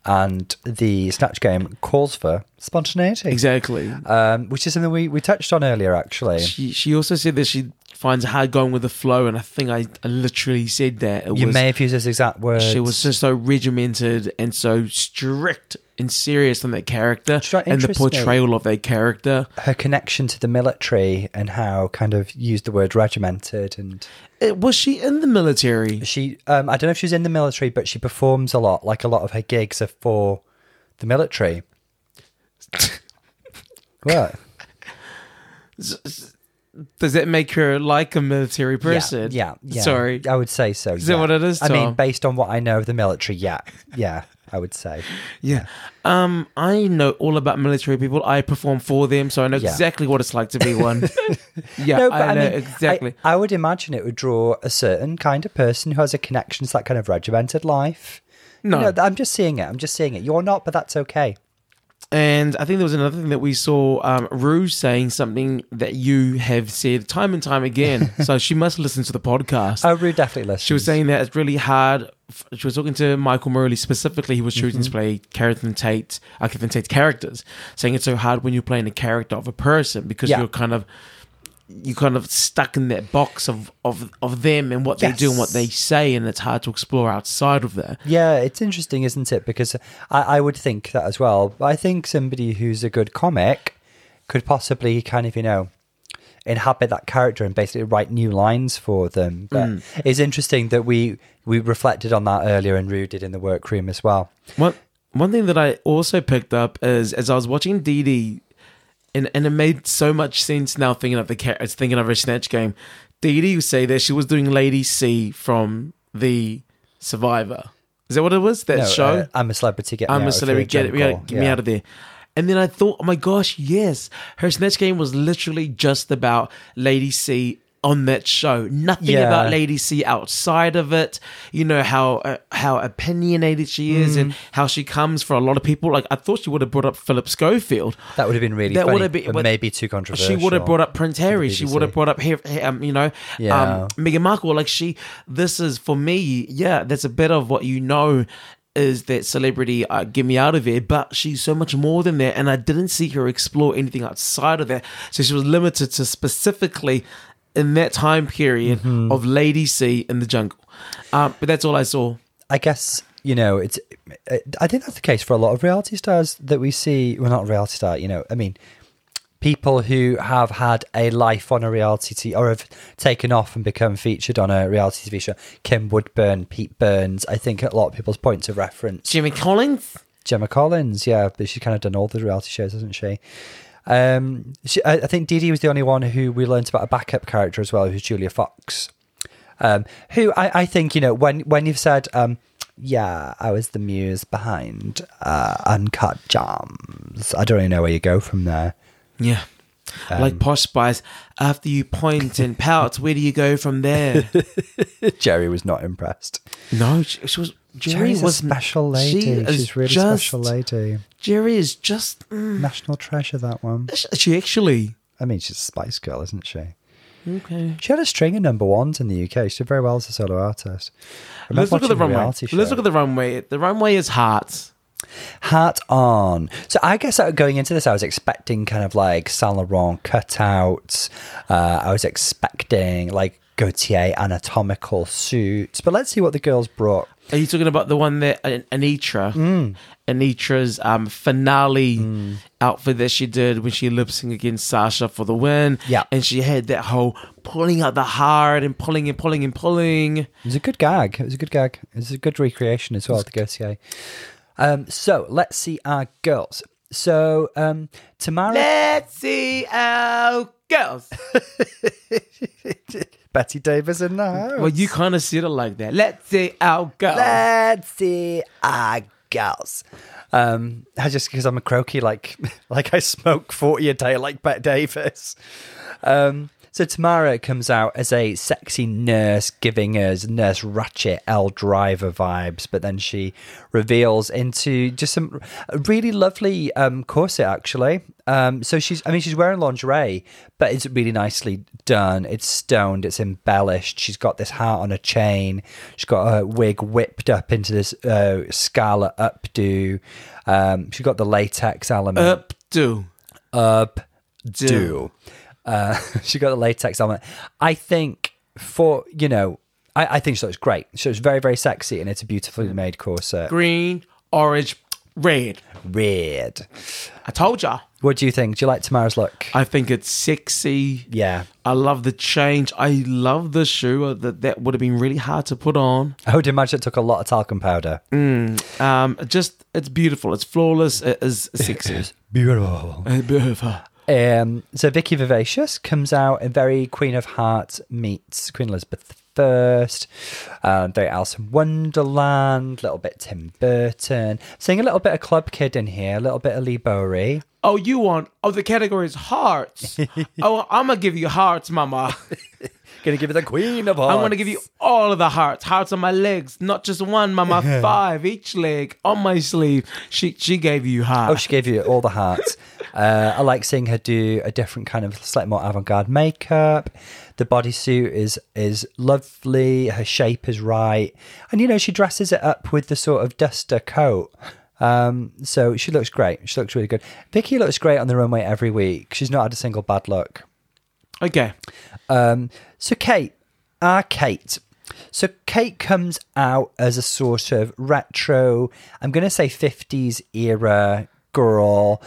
and the snatch game calls for spontaneity, exactly. um, which is something we, we touched on earlier, actually. She she also said that she finds it hard going with the flow, and I think I, I literally said that. It You was, may have used those exact words. she was just so regimented and so strict and serious on that character Sure, and the interests me. portrayal of that character. her connection to the military and how kind of used the word regimented and It, was she in the military? she um i don't know if she's in the military but she performs a lot like a lot of her gigs are for the military what Does that make her like a military Yeah, person? yeah, yeah Sorry. i would say so is that what it is, i mean Tom? based on what i know of the military yeah yeah i would [LAUGHS] say Yeah. Um, I know all about military people. I perform for them, so I know Yeah. exactly what it's like to [LAUGHS] be one. yeah, I, know mean, exactly. I, I would imagine it would draw a certain kind of person who has a connection to that kind of regimented life. You No. know, I'm just seeing it. I'm just seeing it. You're not, but that's okay. and I think there was another thing that we saw um, Rue saying something that you have said time and time [LAUGHS] again. so she must listen to the podcast. Oh, Rue definitely listens. She was saying that it's really hard. f- She was talking to Michael Morley specifically. He was choosing Mm-hmm. to play Catherine Tate, uh, Catherine Tate's characters, saying it's so hard when you're playing a character of a person because Yeah. you're kind of you're kind of stuck in that box of of of them and what they do and what they Yes. say, and it's hard to explore outside of that. Yeah, it's interesting, isn't it? Because I, I would think that as well. I think somebody who's a good comic could possibly kind of, you know, inhabit that character and basically write new lines for them. But Mm. it's interesting that we we reflected on that earlier and Rue did in the workroom as well. One one thing that I also picked up is as I was watching Dee Dee, and and it made so much sense now thinking of the car- thinking of her snatch game. Dee Dee would say that she was doing Lady C from the Survivor. Is that what it was? That No, show. uh, I'm a celebrity. Get me I'm out a of celebrity. here, Get, it, John we gotta- Cole. get me Yeah. out of there. And then I thought, oh my gosh, yes, her snatch game was literally just about Lady C on that show. Nothing Yeah. about Lady C outside of it. You know how uh, how opinionated she is Mm. and how she comes for a lot of people. Like I thought she would have brought up Philip Schofield. That would have been really That funny, would have been- but but maybe too controversial. She would have brought up Prince Harry. She BBC. would have brought up, Har- um, you know, Yeah. um, Meghan Markle. Like she, this is for me. Yeah, that's a bit of what you know is that celebrity. Uh, get me out of here. But she's so much more than that, and I didn't see her explore anything outside of that. So she was limited to specifically in that time period of Lady C in the jungle. Um, but that's all I saw. I guess you know it's. I think that's the case for a lot of reality stars that we see. Well, not reality star. You know, I mean, people who have had a life on a reality TV or have taken off and become featured on a reality TV show. Kim Woodburn, Pete Burns. I think a lot of people's points of reference. Jimmy Collins. Gemma Collins, yeah, but she's kind of done all the reality shows, hasn't she? Um, she I, I think Dee Dee was the only one who we learnt about a backup character as well, who's Julia Fox. Um, who I, I think, you know, when, when you've said, um, yeah, I was the muse behind uh, Uncut Jams, I don't really know where you go from there. [LAUGHS] Yeah. like posh spies, after you point and pout, where do you go from there? Jerry was not impressed. No, she, she was. Jerry Jerry's a was special lady. She is She's really just- special lady. Jerry is just. mm, National treasure, that one. sh- she actually. I mean, she's a Spice Girl, isn't she? Okay. She had a string of number ones in the UK. She did very well as a solo artist. I Let's look remember at the watching runway. reality Let's show. look at the runway. The runway is hearts. Hat on. So I guess uh, going into this, I was expecting kind of like Saint Laurent cutouts. Uh, I was expecting like Gautier anatomical suits. But let's see what the girls brought. Are you talking about the one that An- Anitra, Mm. Anitra's um, finale outfit that she did when she lip synced against Sasha for the win? Yeah. and she had that whole pulling out the heart and pulling and pulling and pulling. It was a good gag. It was a good gag. It was a good recreation as well to go see. Um, so let's see our girls. So um, Tamara Let's see our [LAUGHS] girls. Betty Davis in the house. Well, you kind of said it like that. Let's see our girls. Let's see our girls. Um, I just because I'm a croaky, like [LAUGHS] like I smoke forty a day, like Bet Davis. Um, so Tamara comes out as a sexy nurse, giving us Nurse Ratchet L Driver vibes, but then she reveals into just some a really lovely um, corset, actually. Um, so she's, I mean, she's wearing lingerie, but it's really nicely done. It's stoned, it's embellished. She's got this hat on a chain. She's got her wig whipped up into this uh, scarlet updo. Um, she's got the latex element Up do. up do. Uh, [LAUGHS] she got the latex helmet. I think for you know, I, I think she looks great. She looks very very sexy, and it's a beautifully made corset. green, orange, red. Weird. I told ya. What do you think? Do you like Tamara's look? I think it's sexy. yeah. I love the change. I love the shoe. uh, That that would have been really hard to put on. I would imagine it took a lot of talcum powder. Um, just it's beautiful. It's flawless. It is [LAUGHS] sexy. Beautiful. Uh, beautiful. Um, so Vicky Vivacious comes out in very Queen of Hearts meets Queen Elizabeth First, um, very Alice in Wonderland, a little bit Tim Burton, seeing a little bit of Club Kid in here, a little bit of Lee Bowery. oh, you want? Oh, the category is [LAUGHS] hearts. oh, I'm gonna give you hearts, Mama. Gonna give you the Queen of Hearts. I'm gonna give you all of the hearts. Hearts on my legs, not just one, [LAUGHS] Mama. Five each leg on my sleeve. She she gave you Oh, hearts. she gave you all the hearts. uh, I like seeing her do a different kind of slightly more avant-garde makeup. The bodysuit is is lovely. Her shape is right, and you know she dresses it up with the sort of duster coat. Um, so she looks great. She looks really good. Vicky looks great on the runway every week. She's not had a single bad look. okay. Um, so Kate, our Kate. So Kate comes out as a sort of retro, I'm going to say 50s era girl.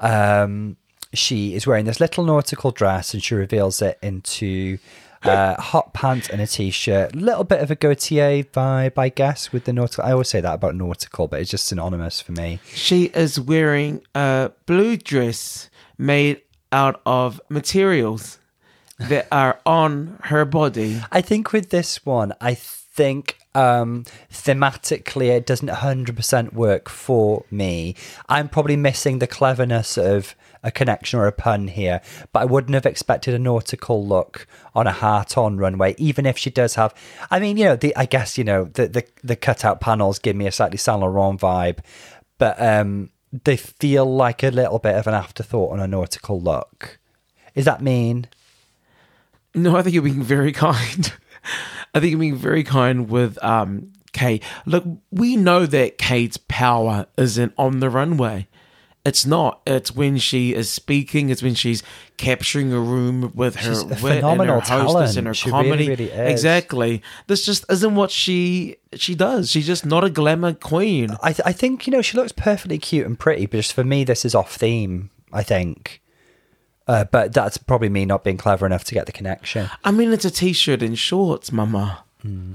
Um, she is wearing this little nautical dress and she reveals it into uh, hot pants and a t-shirt. Little bit of a Gautier vibe, I guess, with the nautical. I always say that about nautical, but it's just synonymous for me. She is wearing a blue dress made out of materials that are on her body. I think with this one, I think um thematically it doesn't 100% work for me. I'm probably missing the cleverness of a connection or a pun here, but I wouldn't have expected a nautical look on a heart-on runway even if she does have I mean, you know, the I guess, you know, the the, the cutout panels give me a slightly Saint Laurent vibe, but um they feel like a little bit of an afterthought on a nautical look. Is that mean? No, I think you're being very [LAUGHS] kind. I think you're being very kind with um, Kate. Look, we know that Kate's power isn't on the runway. It's not. It's when she is speaking. It's when she's capturing a room with her She's a wit phenomenal and her hostess talent. and her She really, comedy. really is. Exactly. This just isn't what she she does. She's just not a glamour queen. I, th- I think you know she looks perfectly cute and pretty, but just for me, this is off theme. I think, uh, but that's probably me not being clever enough to get the connection. I mean, it's a t-shirt and shorts, Mama,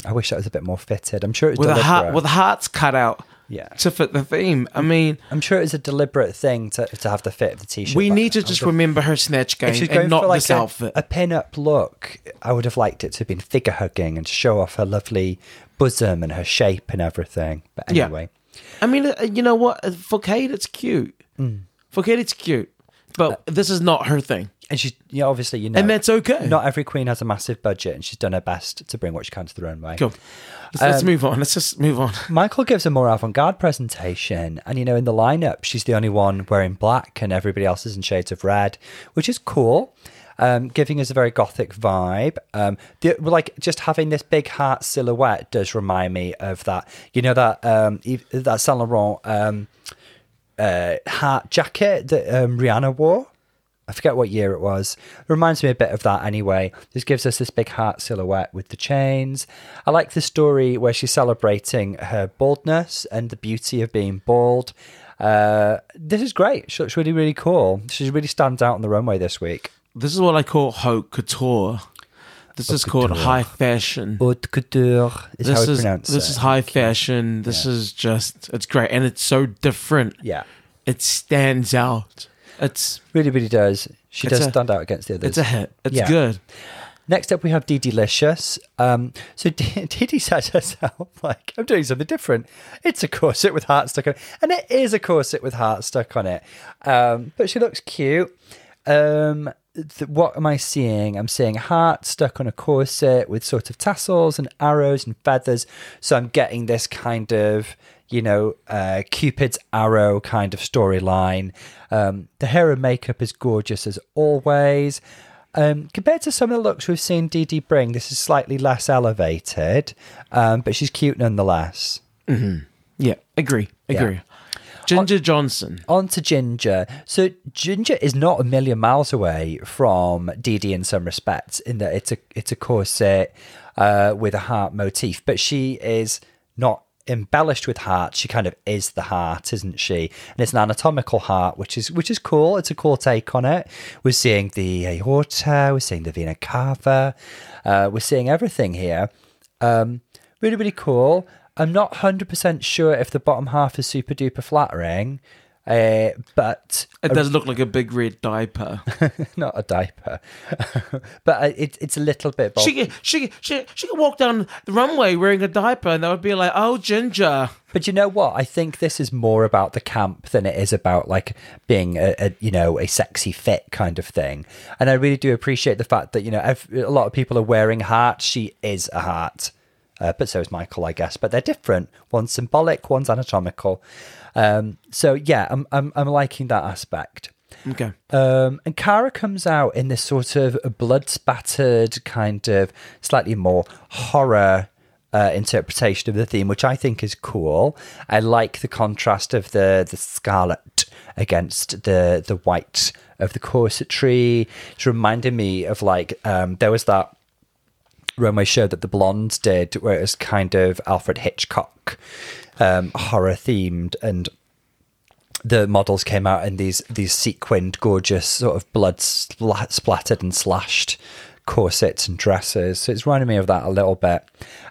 I wish that was a bit more fitted. I'm sure it was with a heart deliberate. with hearts cut out Yeah. to fit the theme. I mean, I'm sure it was a deliberate thing to, to have the fit of the t-shirt. we but need to I'm just remember her snatch If game she's and going not for like this a, outfit. a pin-up look, I would have liked it to have been figure hugging and to show off her lovely bosom and her shape and everything. But Yeah. anyway, I mean, uh, you know what? Uh, For Kate, it's cute. Mm. For Kate, it's cute, but Uh, this is not her thing, and she's you know, obviously you know and that's okay. not every queen has a massive budget, and she's done her best to bring what she can to the runway. Cool. Let's, let's um, move on. Let's just move on. Michael gives a more avant-garde presentation, and you know, in the lineup, she's the only one wearing black, and everybody else is in shades of red, which is cool, um, giving us a very gothic vibe. Um, the, like just having this big heart silhouette does remind me of that. You know that um, Yves- that Saint Laurent um, uh, heart jacket that um, Rihanna wore. I forget what year it was. It reminds me a bit of that anyway. This gives us this big heart silhouette with the chains. I like the story where she's celebrating her baldness and the beauty of being bald. Uh, this is great. She looks really, really cool. She really stands out on the runway this week. This is what I call haute couture. This is called couture. high fashion. Haute couture is how This we is pronounce this it. is high fashion. This is just it's great and it's so different. yeah, It stands out. It's really, really does. She It's does a- stand out against the others. it's a hit. It's Yeah. good. Next up, we have Dee Delicious. Um, so [LAUGHS] Dee Dee Dee says herself, like, I'm doing something different. It's a corset with heart stuck on it. And it is a corset with heart stuck on it. Um, but she looks cute. Um, th- what am I seeing? I'm seeing heart stuck on a corset with sort of tassels and arrows and feathers. So I'm getting this kind of, you know, uh, Cupid's arrow kind of storyline. Um, the hair and makeup is gorgeous as always. Um, compared to some of the looks we've seen Dee Dee bring, this is slightly less elevated, um, but she's cute nonetheless. Yeah, agree. Agree. Ginger Johnson. On to Ginger. So Ginger is not a million miles away from Dee Dee in some respects, in that it's a it's a corset uh, with a heart motif, but she is not embellished with heart. She kind of is the heart, isn't she? And it's an anatomical heart, which is which is cool. It's a cool take on it. We're seeing the aorta, we're seeing the vena cava, uh, we're seeing everything here. Um, really, really cool. I'm not 100% sure if the bottom half is super duper flattering, uh, but [LAUGHS] It does look like a big red diaper. not a diaper. [LAUGHS] but uh, it, it's a little bit. bulky. She could, she could- she she could walk down the runway wearing a diaper, and they would be like, "Oh, Ginger." But you know what? I think this is more about the camp than it is about like being a, a you know a sexy fit kind of thing. And I really do appreciate the fact that you know ev- a lot of people are wearing hearts. She is a heart, uh, but so is Michael, I guess. But they're different. One's symbolic, one's anatomical. Um, so yeah, I'm, I'm I'm liking that aspect. Okay. Um, and Kara comes out in this sort of blood spattered, kind of slightly more horror uh, interpretation of the theme, which I think is cool. I like the contrast of the the scarlet against the the white of the corsetry. It's reminding me of like um, there was that runway show that the blondes did where it was kind of alfred hitchcock um, horror themed and the models came out in these these sequined gorgeous sort of blood spla- splattered and slashed corsets and dresses so it's reminding me of that a little bit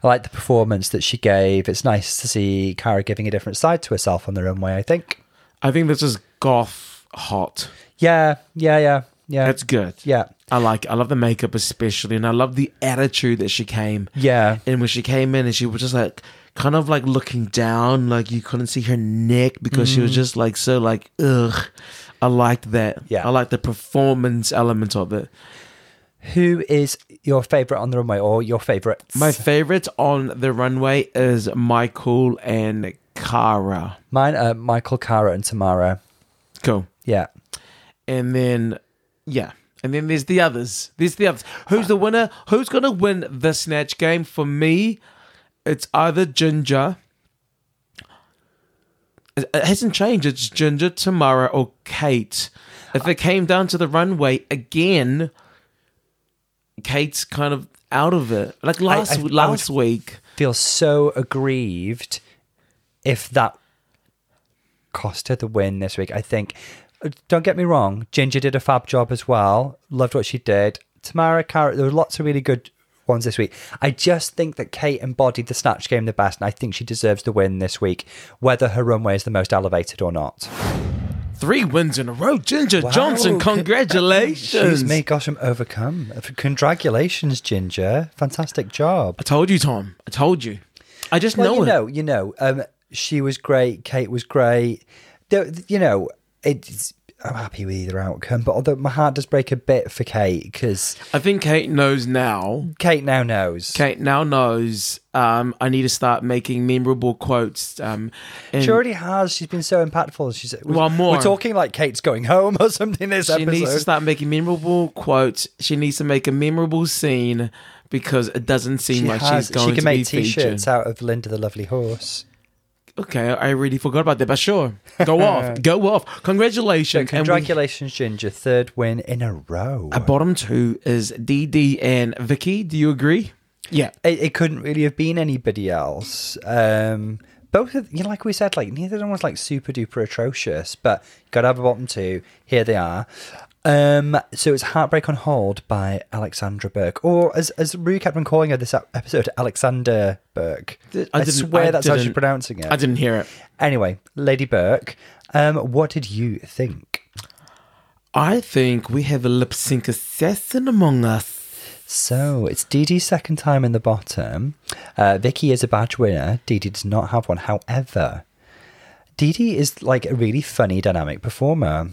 i like the performance that she gave it's nice to see kara giving a different side to herself on the runway i think I think this is goth hot. yeah yeah yeah yeah That's good. yeah I like. I love the makeup especially, and I love the attitude that she came. yeah And when she came in, and she was just like, kind of like looking down, like you couldn't see her neck because she was just like so like ugh. I liked that. Yeah. I like the performance element of it. who is your favorite on the runway or your favorite My favorite on the runway is Michael and Kara. Mine are Michael, Cara, and Tamara. Cool. Yeah. and then yeah and then there's the others there's the others who's the winner who's gonna win the snatch game for me it's either ginger it it hasn't changed it's ginger tamara or kate if it came down to the runway again kate's kind of out of it like last I- I last week Feel so aggrieved if that cost her the win this week. I think, uh, don't get me wrong, Ginger did a fab job as well. Loved what she did. Tamara, Cara, there were lots of really good ones this week. I just think that Kate embodied the snatch game the best, and I think she deserves the win this week, whether her runway is the most elevated or not. three wins in a row ginger johnson con- congratulations [LAUGHS] She's me, gosh, I'm overcome. Congratulations, Ginger. Fantastic job. i told you tom i told you i just Well, know you it. know, you know, um, she was great. Kate was great. There- You know, it's, I'm happy with either outcome, but although my heart does break a bit for Kate because I think Kate knows now. Kate now knows. Kate now knows. Um, I need to start making memorable quotes. Um, and She already has. She's been so impactful. She's we're, Well, more. We're talking like Kate's going home or something. This she episode. needs to start making memorable quotes. She needs to make a memorable scene because it doesn't seem she like has- she's going she can to make be t-shirts featured. out of Linda the Lovely Horse. okay, I already forgot about that, but sure, [LAUGHS] go off, go off. Congratulations. And we- Congratulations, Ginger. Third win in a row. a bottom two is DD and Vicky. Do you agree? Yeah. it, it couldn't really have been anybody else. Um, both of you know, like we said, like neither of them was like super duper atrocious, but you gotta have a bottom two. Here they are. Um, so it's Heartbreak on Hold by Alexandra Burke, or as as Rue kept on calling her this ep- episode, Alexander Burke. I, Th- I didn't- swear I that's how she's didn't- pronouncing it. I didn't hear it. Anyway, Lady Burke, um, what did you think? I think we have a lip sync assassin among us. So it's Dee Dee's second time in the bottom. Uh, Vicky is a badge winner. Dee Dee does not have one. However, Dee Dee is like a really funny, dynamic performer.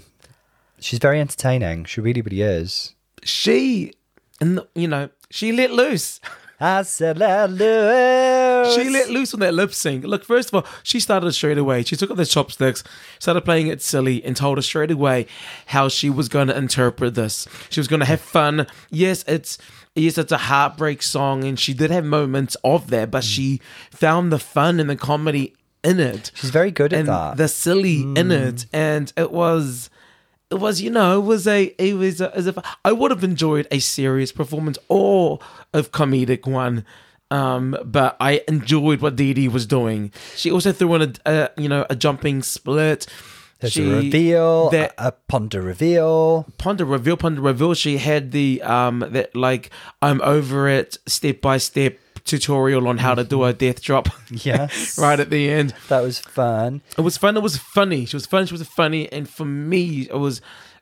She's very entertaining. She really, really is. She, and you know, she let loose. I said, "Let loose." She let loose on that lip sync. Look, first of all, she started straight away. She took up the chopsticks, started playing it silly, and told us straight away how she was going to interpret this. She was going to have fun. Yes, it's yes, it's a heartbreak song, and she did have moments of that, but she found the fun and the comedy in it. She's very good at and that. Hmm. the silly in it, and it was. It was, you know, it was a, it was a, as if I would have enjoyed a serious performance or a comedic one, um, but I enjoyed what Dee Dee was doing. She also threw in a, a you know, a jumping split. There's a reveal. that- a, a [LAUGHS] ponder reveal. ponder reveal ponder reveal she had the um that like i'm over it step by step tutorial on how to do a death drop [LAUGHS] Yes. right at the end That was fun. it was fun it was funny she was fun she was funny and for me it was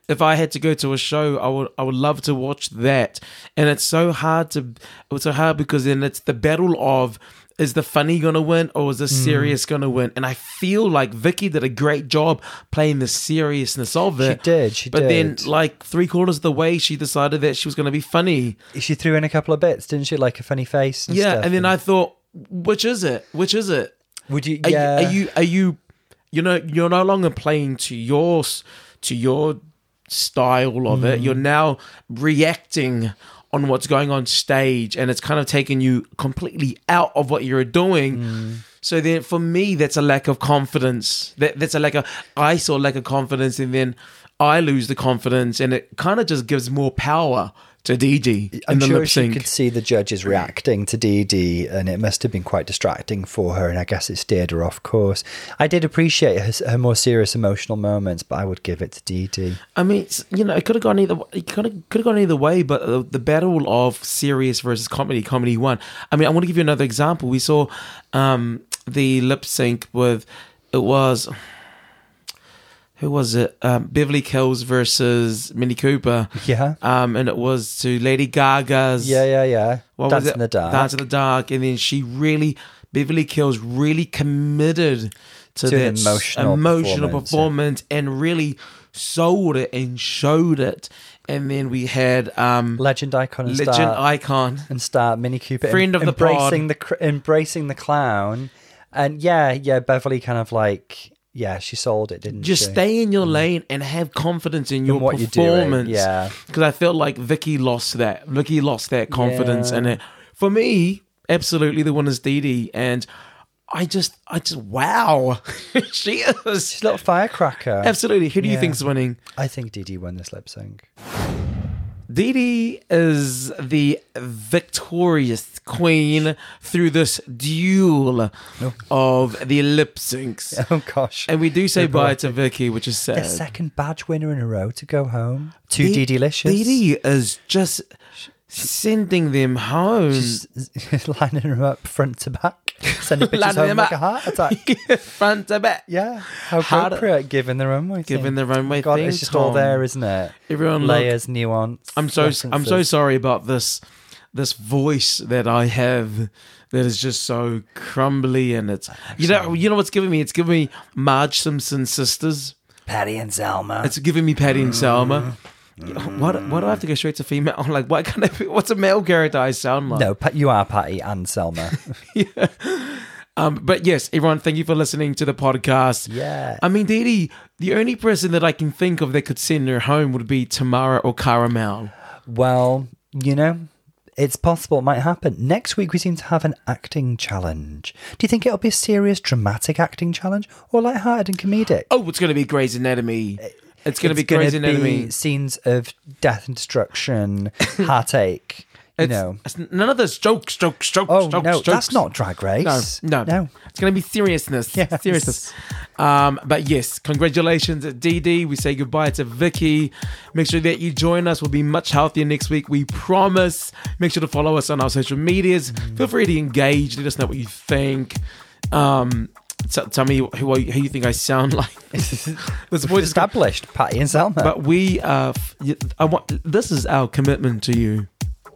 if i had to go to a show i would i would love to watch that and it's so hard to it was so hard because then it's the battle of is the funny gonna win or is the Mm. serious gonna win? And I feel like Vicky did a great job playing the seriousness of it. did, she but then did. like three quarters of the way, she decided that she was going to be funny. She threw in a couple of bits, didn't she? Like a funny face. And yeah, stuff. and then I thought, which is it? Which is it? would you? Are, yeah. you, are you? Are you? You know, you're no longer playing to your s- to your style of Mm. it. You're now reacting on what's going on stage, and it's kind of taken you completely out of what you're doing. Mm. So then, for me, that's a lack of confidence. That that's a lack of. I saw lack of confidence, and then I lose the confidence, and it kind of just gives more power to DG in I'm the sure lip she sync. could see the judges reacting to Dee Dee, and it must have been quite distracting for her. And I guess it steered her off course. I did appreciate her, her more serious emotional moments, but I would give it to Dee Dee. I mean, it's- you know, it could have gone either. It could have could have gone either way, but the, the battle of serious versus comedy, comedy won. I mean, I want to give you another example. We saw um, the lip sync with it was who was it? Um, Beverly Kills versus Minnie Cooper. Yeah. Um, and it was to Lady Gaga's. Yeah, yeah, yeah. What Dance was it? in the dark. Dance in the dark, and then she really, Beverly Kills really committed to, To an that emotional emotional performance, performance and really sold it and showed it. And then we had um, Legend icon and legend star [LAUGHS] icon. and star Minnie Cooper em- Friend of the pod. embracing the, cr embracing the clown, and yeah, yeah. Beverly kind of like yeah, she sold it, didn't Just she? stay in your lane and have confidence in your Mm. what you're doing, performance. yeah. because I felt like Vicky lost that. Vicky lost that confidence Yeah. in it. For me, absolutely the one is Dee Dee, and I just, I just, wow, [LAUGHS] she is. She's a little firecracker. Absolutely. Who do you Yeah. think's winning? I think Dee Dee won this lip sync. [LAUGHS] Dee Dee is the victorious queen through this duel of the lip syncs. Oh gosh. And we do say bye to Vicky, which is sad. the second badge winner in a row to go home. Two Dee- D delicious. Dee Dee is just sending them home. [LAUGHS] lining her up front to back, [LAUGHS] sending bitches Lining home them up. like a heart [LAUGHS] attack. front to back. Yeah, how How do- appropriate given their own way. Given their own way God, thing, it's just all Tom. there, isn't it? Everyone look. layers, nuance. I'm so I'm so references. sorry about this this voice that I have that is just so crumbly and it's you know you know what's giving me it's giving me Marge Simpson sisters Patty and Zelma. it's giving me Patty and Selma Mm-hmm. why do, why do I have to go straight to female [LAUGHS] I'm like why can't I be, what's a male character I sound like no, Pat, you are Patty and [LAUGHS] Selma. um but yes everyone thank you for listening to the podcast Yeah. I mean Dee Dee the only person that I can think of that could send her home would be Tamara or Caramel well, you know, it's possible it might happen. Next week, we seem to have an acting challenge. Do you think it'll be a serious, dramatic acting challenge or lighthearted and comedic? Oh, it's going to be Grey's Anatomy. It's going to be Grey's gonna Anatomy. be scenes of death and [LAUGHS] destruction, heartache. You It's- know, it's none of those jokes, jokes, jokes, oh jokes, no, jokes. that's not drag No, race. no, no. It's going to be seriousness. [LAUGHS] Yes. Seriousness. Um, but yes, congratulations at DD. We say goodbye to Vicky. Make sure that you join us. We'll be much healthier next week. We promise. Make sure to follow us on our social medias. Feel free to engage. Let us know what you think. Um, t- tell me who, are you, who you think I sound [LAUGHS] like. [LAUGHS] This voice is- Established Patty and Selma. But we are. f- y- I want. This is our commitment to you.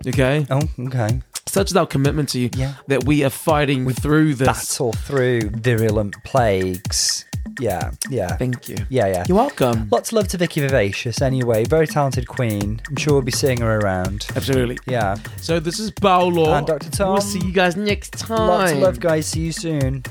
Okay, oh, okay. such is our commitment to you Yeah. that we are fighting through this. Battle through virulent plagues. Yeah, yeah, Thank you. yeah, yeah. You're welcome. Lots of love to Vicky Vivacious. Anyway, very talented queen. I'm sure we'll be seeing her around. Absolutely. Yeah. So this is Paolo And Dr. Tom. We'll see you guys next time. Lots of love, guys. See you soon.